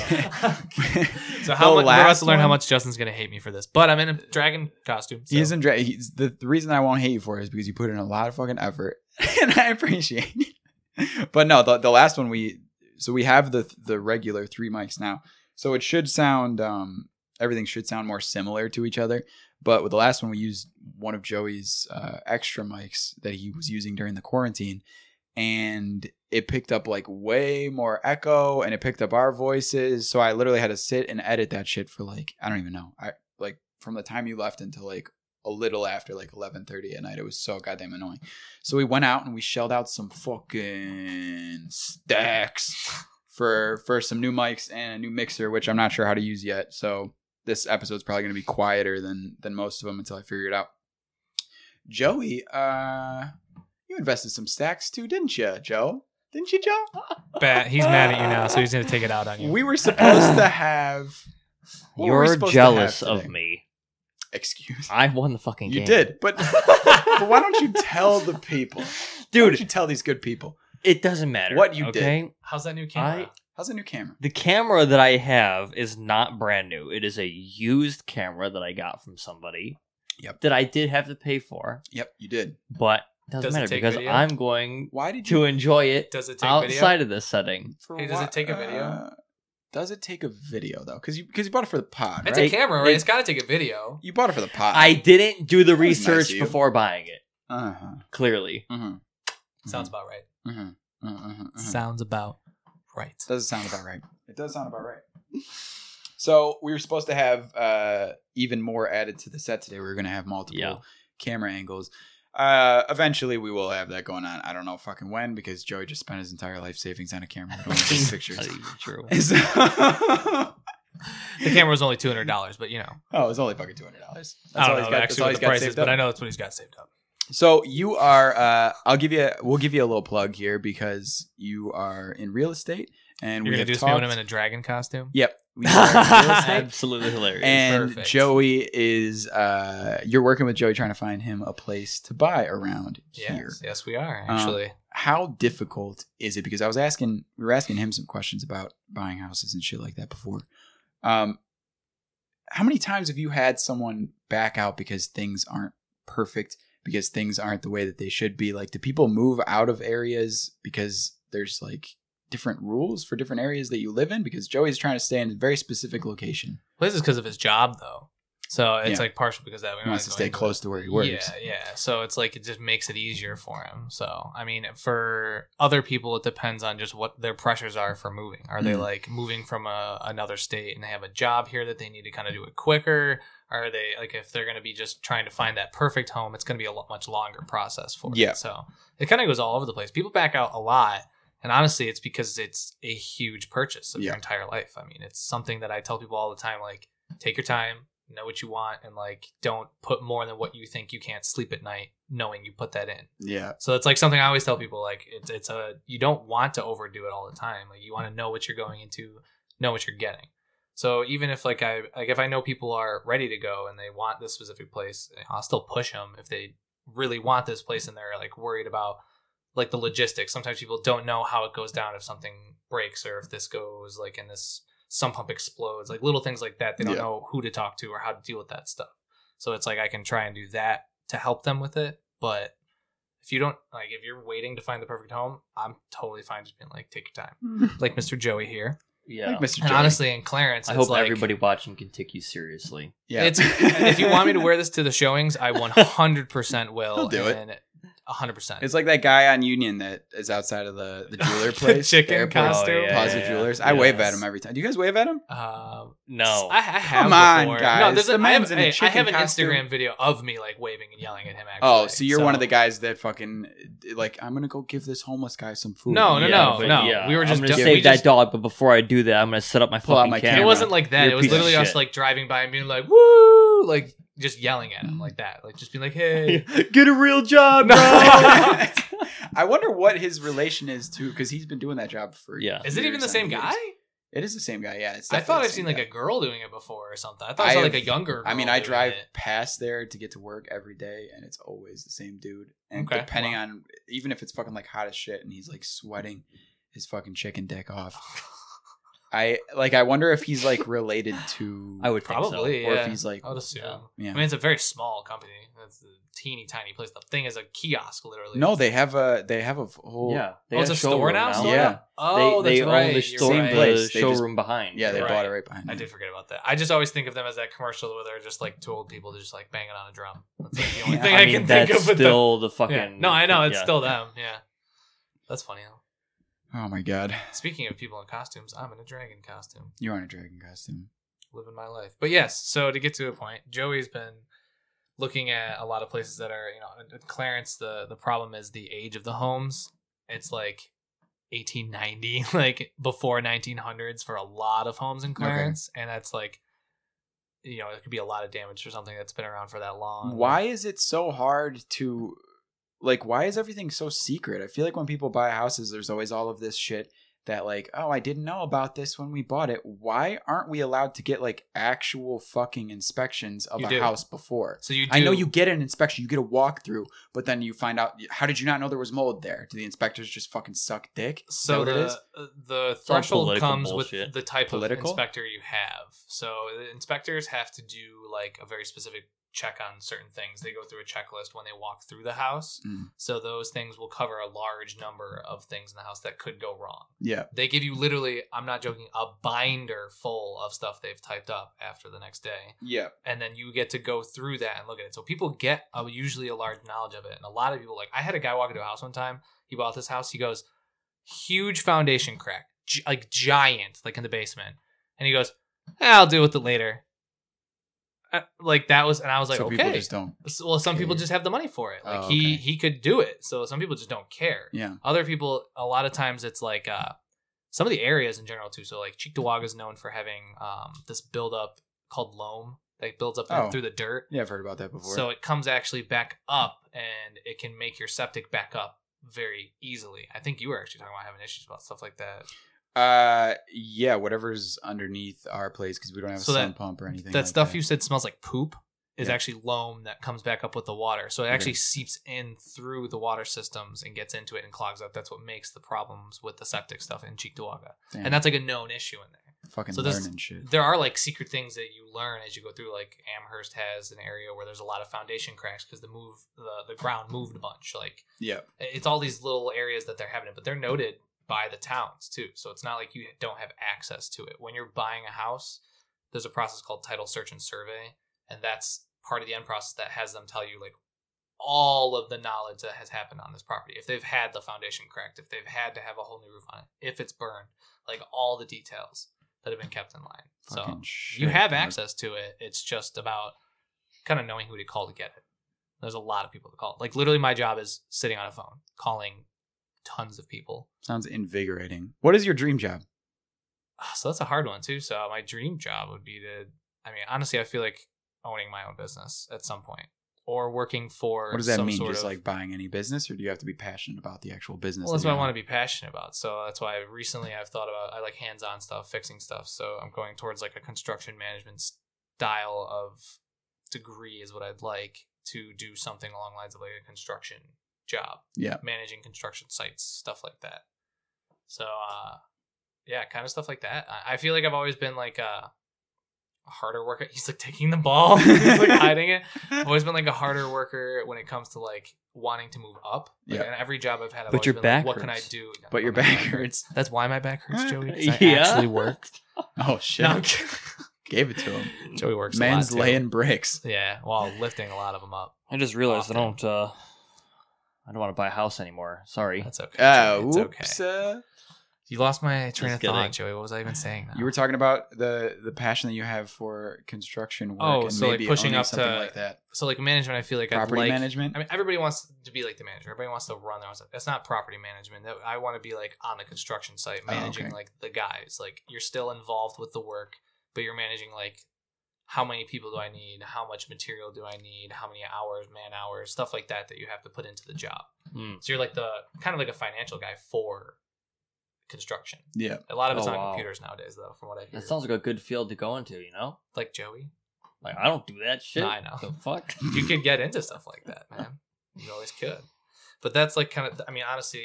so how much? We're about to learn how much Justin's gonna hate me for this, but I'm in a dragon costume. So. He isn't dra- he's, the, the reason I won't hate you for it is because you put in a lot of fucking effort, and I appreciate it. But no, the, the last one we so we have the the regular three mics now, so it should sound um everything should sound more similar to each other. But with the last one, we used one of Joey's uh, extra mics that he was using during the quarantine, and it picked up like way more echo, and it picked up our voices. So I literally had to sit and edit that shit for like I don't even know. I like from the time you left until like a little after like 11:30 at night. It was so goddamn annoying. So we went out and we shelled out some fucking stacks for for some new mics and a new mixer, which I'm not sure how to use yet. So this episode's probably going to be quieter than than most of them until I figure it out. Joey, uh, you invested some stacks too, didn't you, Joe? Didn't you, Joe? Bat, he's mad at you now, so he's gonna take it out on you. We were supposed to have. what were we You're supposed to jealous have of today? me. Excuse. I won the fucking You game. did, but, but why don't you tell the people, Why don't dude. you tell these good people It doesn't matter What you did. okay? How's that new camera? how's the new camera? The camera that I have is not brand new. It is a used camera that I got from somebody. Yep. That I did have to pay for, Yep, you did. but it doesn't Does it matter take because video? I'm going Why did you? to enjoy it Does it take outside video? of this setting. for Hey, does wha- it take a video? does it take a video though? Because you because you bought it for the pod, It's right? a camera, right? Like- it's gotta take a video. you bought it for the pod. I didn't do the That was nice research of you. before buying it. Uh huh. Clearly, Mm-hmm. Sounds about right. Mm-hmm. Mm-hmm. Sounds about right. Doesn't sound about right. It does sound about right. So we were supposed to have uh, even more added to the set today. We were going to have multiple Yeah. camera angles. Uh, eventually, we will have that going on. I don't know fucking when because Joey just spent his entire life savings on a camera. and only takes Not pictures. even true. So- The camera was only two hundred dollars, but you know, oh, it's only fucking two hundred dollars. I don't know actually what the price is, but I know that's what he's got saved up. So you are. Uh, I'll give you. We'll give you a little plug here because you are in real estate and You're we gonna have do this talked. when I'm in a dragon costume. yep. We- Absolutely hilarious. and Perfect. Joey is uh, you're working with Joey trying to find him a place to buy around here. Uh, Yes, yes, we are actually. How difficult is it? Because I was asking we were asking him some questions about buying houses and shit like that before. Um, how many times have you had someone back out because things aren't perfect? Because things aren't the way that they should be. Like, do people move out of areas because there's like different rules for different areas that you live in? Because Joey's trying to stay in a very specific location. Well, this is because of his job though, so it's Yeah. like partial because of that we He wants to don't stay go into close it. to where he works. Yeah, yeah. So it's like it just makes it easier for him. So I mean, for other people, it depends on just what their pressures are for moving. Are they Mhm. like moving from a, another state and they have a job here that they need to kind of do it quicker? Are they like if they're going to be just trying to find that perfect home, it's going to be a lo- much longer process for Yeah. it. So it kind of goes all over the place. People back out a lot. And honestly, it's because it's a huge purchase of Yeah. your entire life. I mean, it's something that I tell people all the time like, take your time, know what you want, and like, don't put more than what you think you can't sleep at night knowing you put that in. Yeah. So it's like something I always tell people like, it's, it's a, you don't want to overdo it all the time. Like, you want to know what you're going into, know what you're getting. So even if like I like if I know people are ready to go and they want this specific place, I'll still push them if they really want this place and they're like worried about like the logistics. Sometimes people don't know how it goes down if something breaks or if this goes like and this sump pump explodes, like little things like that. They don't Yeah. know who to talk to or how to deal with that stuff. So it's like I can try and do that to help them with it, but if you don't like if you're waiting to find the perfect home, I'm totally fine just being like take your time. Like Mr. Joey here. yeah. Like Mr. And Joey. honestly, in Clarence, I it's hope like- everybody watching can take you seriously. yeah. It's if you want me to wear this to the showings, I 100% will. He'll do it. and 100%. It's like that guy on Union that is outside of the, the jeweler place. the chicken airport, costume. costume. Oh, yeah, Plaza yeah. Jewelers. I Yes. wave at him every time. Do you guys wave at him? Um, No. I, I have Come on, before. guys. No, there's The a, I have, man's in a hey, I chicken have an costume. Instagram video of me like waving and yelling at him. Actually, Oh, so you're one of So- the guys that fucking like I'm gonna go give this homeless guy some food. No, no, Yeah, no, but no. We were just I'm do- gonna we save that just- dog, but before I do that, I'm gonna set up my Pull out fucking my camera. camera. It wasn't like that. You're a it was piece of literally us shit. like driving by and being like, "Woo!" Like just yelling at him like that. Like just being like, "Hey." Get a real job, No. bro. I wonder what his relation is to because he's been doing that job for. Yeah. Is it even the years same and years. guy? It is the same guy. Yeah, it's I thought I've definitely the seen same like guy. a girl doing it before or something. I thought I I saw like a have- younger. I mean, girl I doing drive it. past there to get to work every day, and it's always the same dude. And Okay, depending wow. on, even if it's fucking like hot as shit, and he's like sweating his fucking chicken dick off. I like. I wonder if he's like related to. I would probably. Probably, Or yeah. if he's like. I would assume. Yeah. I mean, it's a very small company. That's a teeny tiny place. The thing is a kiosk, literally. No, they have a. They have a whole. Yeah. They oh, it's got a store showroom now. now. Yeah. Oh, that's they, they right. own the, You're store, Same right. place. They the just- showroom behind. Yeah, they Right. bought it right behind. I me. did forget about that. I just always think of them as that commercial where they're just like two old people just like banging on a drum. That's like the only Yeah. thing I, I, mean, can that's think of. with them. still the fucking. Yeah. No, I know it's yeah. still them. Yeah, that's funny. Though. Oh my god, Speaking of people in costumes, I'm in a dragon costume, you're on a dragon costume. living my life. But yes, so to get to a point, Joey's been looking at a lot of places that are you know in Clarence. The the problem is the age of the homes. It's like 1890, like before 1900s for a lot of homes in Clarence, and that's like. You know, it could be a lot of damage for something that's been around for that long. Why is it so hard to, like, why is everything so secret? I feel like when people buy houses, there's always all of this shit that, like, oh, I didn't know about this when we bought it. Why aren't we allowed to get, like, actual fucking inspections of You a do. house before? So you, do, I know you get an inspection, you get a walkthrough, but then you find out, how did you not know there was mold there? Do the inspectors just fucking suck dick? Is that So what the, it is? uh, the all threshold political comes bullshit. with the type Political? of inspector you have. So the inspectors have to do like a very specific check on certain things. They go through a checklist when they walk through the house. Mm. So those things will cover a large number of things in the house that could go wrong. Yeah. They give you literally, I'm not joking, a binder full of stuff they've typed up after the next day Yeah. and then you get to go through that and look at it. So people get a, usually a large knowledge of it, and a lot of people like I had a guy walk into a house one time. He bought this house. He goes, huge foundation crack, gi- like giant, like in the basement, and he goes, "Eh, I'll deal with it later. Uh, like that was, and I was like, so people okay. just don't. S- well, some people Yeah. just have the money for it. Like Oh, he okay. he could do it. So some people just don't care Yeah. other people a lot of times it's like uh some of the areas in general too so like cheektowaga is known for having um this buildup called loam that builds up Oh. through the dirt Yeah, I've heard about that before. so it comes actually back up and it can make your septic back up very easily i think you were actually talking about having issues about stuff like that Uh, yeah, whatever's underneath our place because we don't have So a that- sun pump or anything. that like stuff you said smells like poop is Yeah. actually loam that comes back up with the water. So it Okay. actually seeps in through the water systems and gets into it and clogs up. That's what makes the problems with the septic stuff in Cheektowaga. Damn, And that's like a known issue in there. fucking so this- learning shit. There are like secret things that you learn as you go through. Like Amherst has an area where there's a lot of foundation cracks because the move the, the ground moved a bunch. Like Yeah, it's all these little areas that they're having it, but they're noted by the towns too. So it's not like you don't have access to it. When you're buying a house, there's a process called title search and survey, and that's part of the end process that has them tell you like all of the knowledge that has happened on this property. If they've had the foundation cracked, if they've had to have a whole new roof on it, if it's burned, like all the details that have been kept in line. fucking so shit. you have dude. access to it. It's just about kind of knowing who to call to get it. There's a lot of people to call. Like literally, my job is sitting on a phone calling tons of people. Sounds invigorating. What is your dream job? Ah, So that's a hard one too. So my dream job would be to. I mean, honestly, I feel like owning my own business at some point, or working for What does that some mean? sort Just of like buying any business, or do you have to be passionate about the actual business? Well, that's that what I you want to have? be passionate about. So that's why recently I've thought about I like hands-on stuff, fixing stuff. So I'm going towards like a construction management style of degree is what I'd like to do something along the lines of like a construction job, Yeah. managing construction sites, stuff like that. So uh yeah, kind of stuff like that. I, I feel like I've always been like a, a harder worker. He's like taking the ball, he's like hiding it. I've always been like a harder worker when it comes to like wanting to move up. Like, Yeah. And every job I've had, I've But always your been back like, what can I hurts. do? No, But your my back hurts. That's why my back hurts, Joey. 'cause I Yeah. actually work. Oh No, I'm shit! kidding. Gave it to him. Joey works. Man's a lot, too. laying bricks. Yeah, while lifting a lot of them up. I just realized I Often. don't. Uh, I don't want to buy a house anymore. Sorry. That's okay. Oh, Joey, it's okay. whoops! uh, You lost my train Just of thought, kidding. Joey. What was I even saying? Now? You were talking about the the passion that you have for construction work. Oh, and so, like, maybe pushing owning up something to like that. so like management. I feel like Property I'd like, management. I mean, everybody wants to be like the manager. Everybody wants to run their own stuff. That's not property management. That I want to be like on the construction site, Oh, managing okay. like the guys. Like you're still involved with the work, but you're managing like how many people do I need? How much material do I need? How many hours, man hours, stuff like that that you have to put into the job. Mm. So you're like the kind of like a financial guy for construction. yeah. A lot of it's Oh, on wow. computers nowadays, though, from what I hear. That sounds like a good field to go into. You know, like Joey. like I don't do that shit. No, I know. The fuck. you could get into stuff like that, man. You always could. But that's like kind of, I mean, honestly,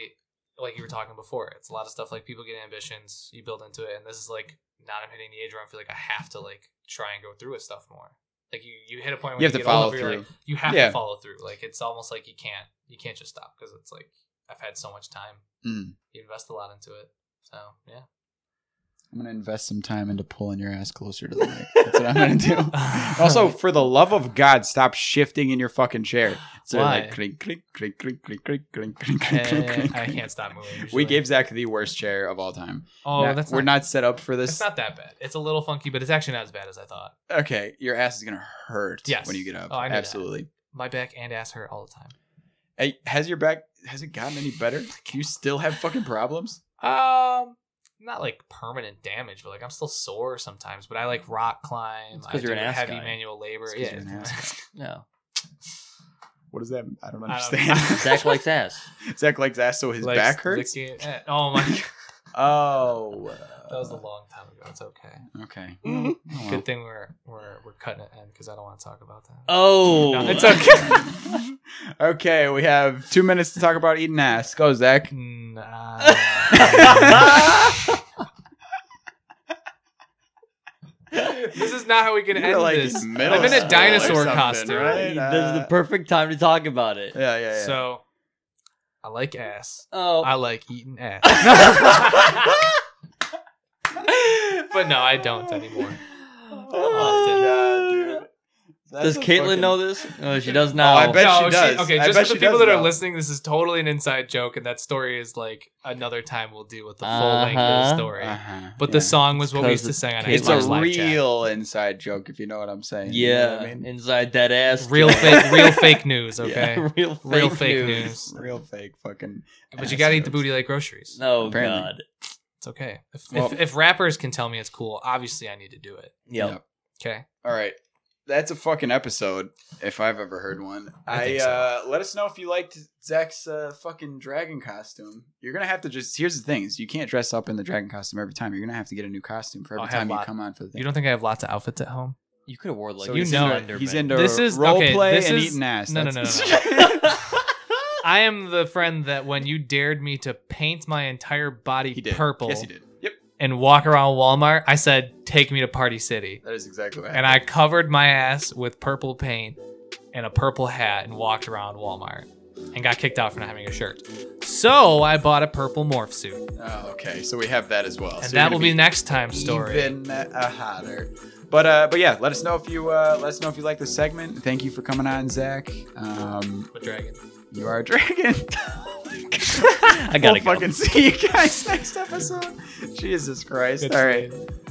like you were talking before, it's a lot of stuff like people get ambitions, you build into it, and this is like, now I'm hitting the age where I feel like I have to like try and go through with stuff more. Like you, you hit a point where You have to get older follow where you're through. Like, you have Yeah. to follow through. Like it's almost like you can't, you can't just stop because it's like I've had so much time. Mm. You invest a lot into it, so yeah. I'm gonna invest some time into pulling your ass closer to the mic. That's what I'm gonna do. Also, for the love of God, stop shifting in your fucking chair. So Why? like clink, clink, clink, clink, clink, clink, clink, Eh, clink, clink, clink, clink. I can't stop moving. We usually. gave Zach the worst chair of all time. Oh, Nah, that's we're not. not set up for It's this. not that bad. It's a little funky, but it's actually not as bad as I thought. Okay, your ass is gonna hurt Yes. when you get up. Oh, I knew that. Absolutely. my back and ass hurt all the time. Hey, has your back has it gotten any better? Do you still have fucking problems? Um, not like permanent damage, but like I'm still sore sometimes. But I like rock climb. It's I 'cause you're do an ass heavy guy. manual labor. It's Yeah, 'cause you're an ass No. What does that? I don't I don't understand. know. Zach likes ass. Zach likes ass, so his Like, back hurts. licking- eh, oh my! God. Oh, That was a long time ago. It's okay. okay. Mhm. Oh, well. Good thing we're we're we're cutting it end because I don't want to talk about that. Oh, No, it's okay. okay, we have two minutes to talk about eating ass. Go, Zach. Nah. this is not how we can You're end like this. in I'm middle in a school or dinosaur something, costume. right? Uh, this is the perfect time to talk about it. Yeah, yeah, yeah. So, I like ass. Oh, I like eating ass. but no, I don't anymore. Oh, God, dude. That's does a Caitlin fucking- know this? No, she does now. Oh, I bet no, she does. okay, I just bet for she the people that does are know. listening, this is totally an inside joke, and that story is like another time we'll deal with the full length of Uh-huh. the story. Uh-huh, But the yeah. song was what we used to Because sing on it's It's Xbox a Live real inside joke, if you know what I'm saying. You know Yeah, what I mean? inside that ass. chat. real fake, real fake news. Yeah. Okay, real fake real fake news. news. Real fake fucking. But you ass gotta eat the jokes. booty like groceries. Oh Apparently. god. It's okay. If, Well- if if rappers can tell me it's cool, obviously I need to do it. Yep. Yep. Okay, All right. that's a fucking episode if I've ever heard one. I I, think uh, let us know if you liked Zach's uh, fucking dragon costume. You're gonna have to just. Here's the thing: is you can't dress up in the dragon costume every time. You're gonna have to get a new costume for I'll every have time a you lot. come on for the thing. You don't think I have lots of outfits at home? You could have wore like So you he's know into, he's into This is- role okay, play this and is- eating ass. no, no, That's- I am the friend that when you dared me to paint my entire body he did. purple Yes, he did. Yep, and walk around Walmart, I said, "Take me to Party City." that is exactly what. And I covered my ass with purple paint and a purple hat and walked around Walmart and got kicked out for not having a shirt. So I bought a purple morph suit. Oh, okay, so we have that as well. And So you're that gonna will be next time's story. Even uh, hotter. But uh, but yeah, let us know if you uh, let us know if you like this segment. Thank you for coming on, Zach. Um, But dragon. you are a dragon. I gotta we'll go. fucking see you guys next episode. Jesus Christ! All right,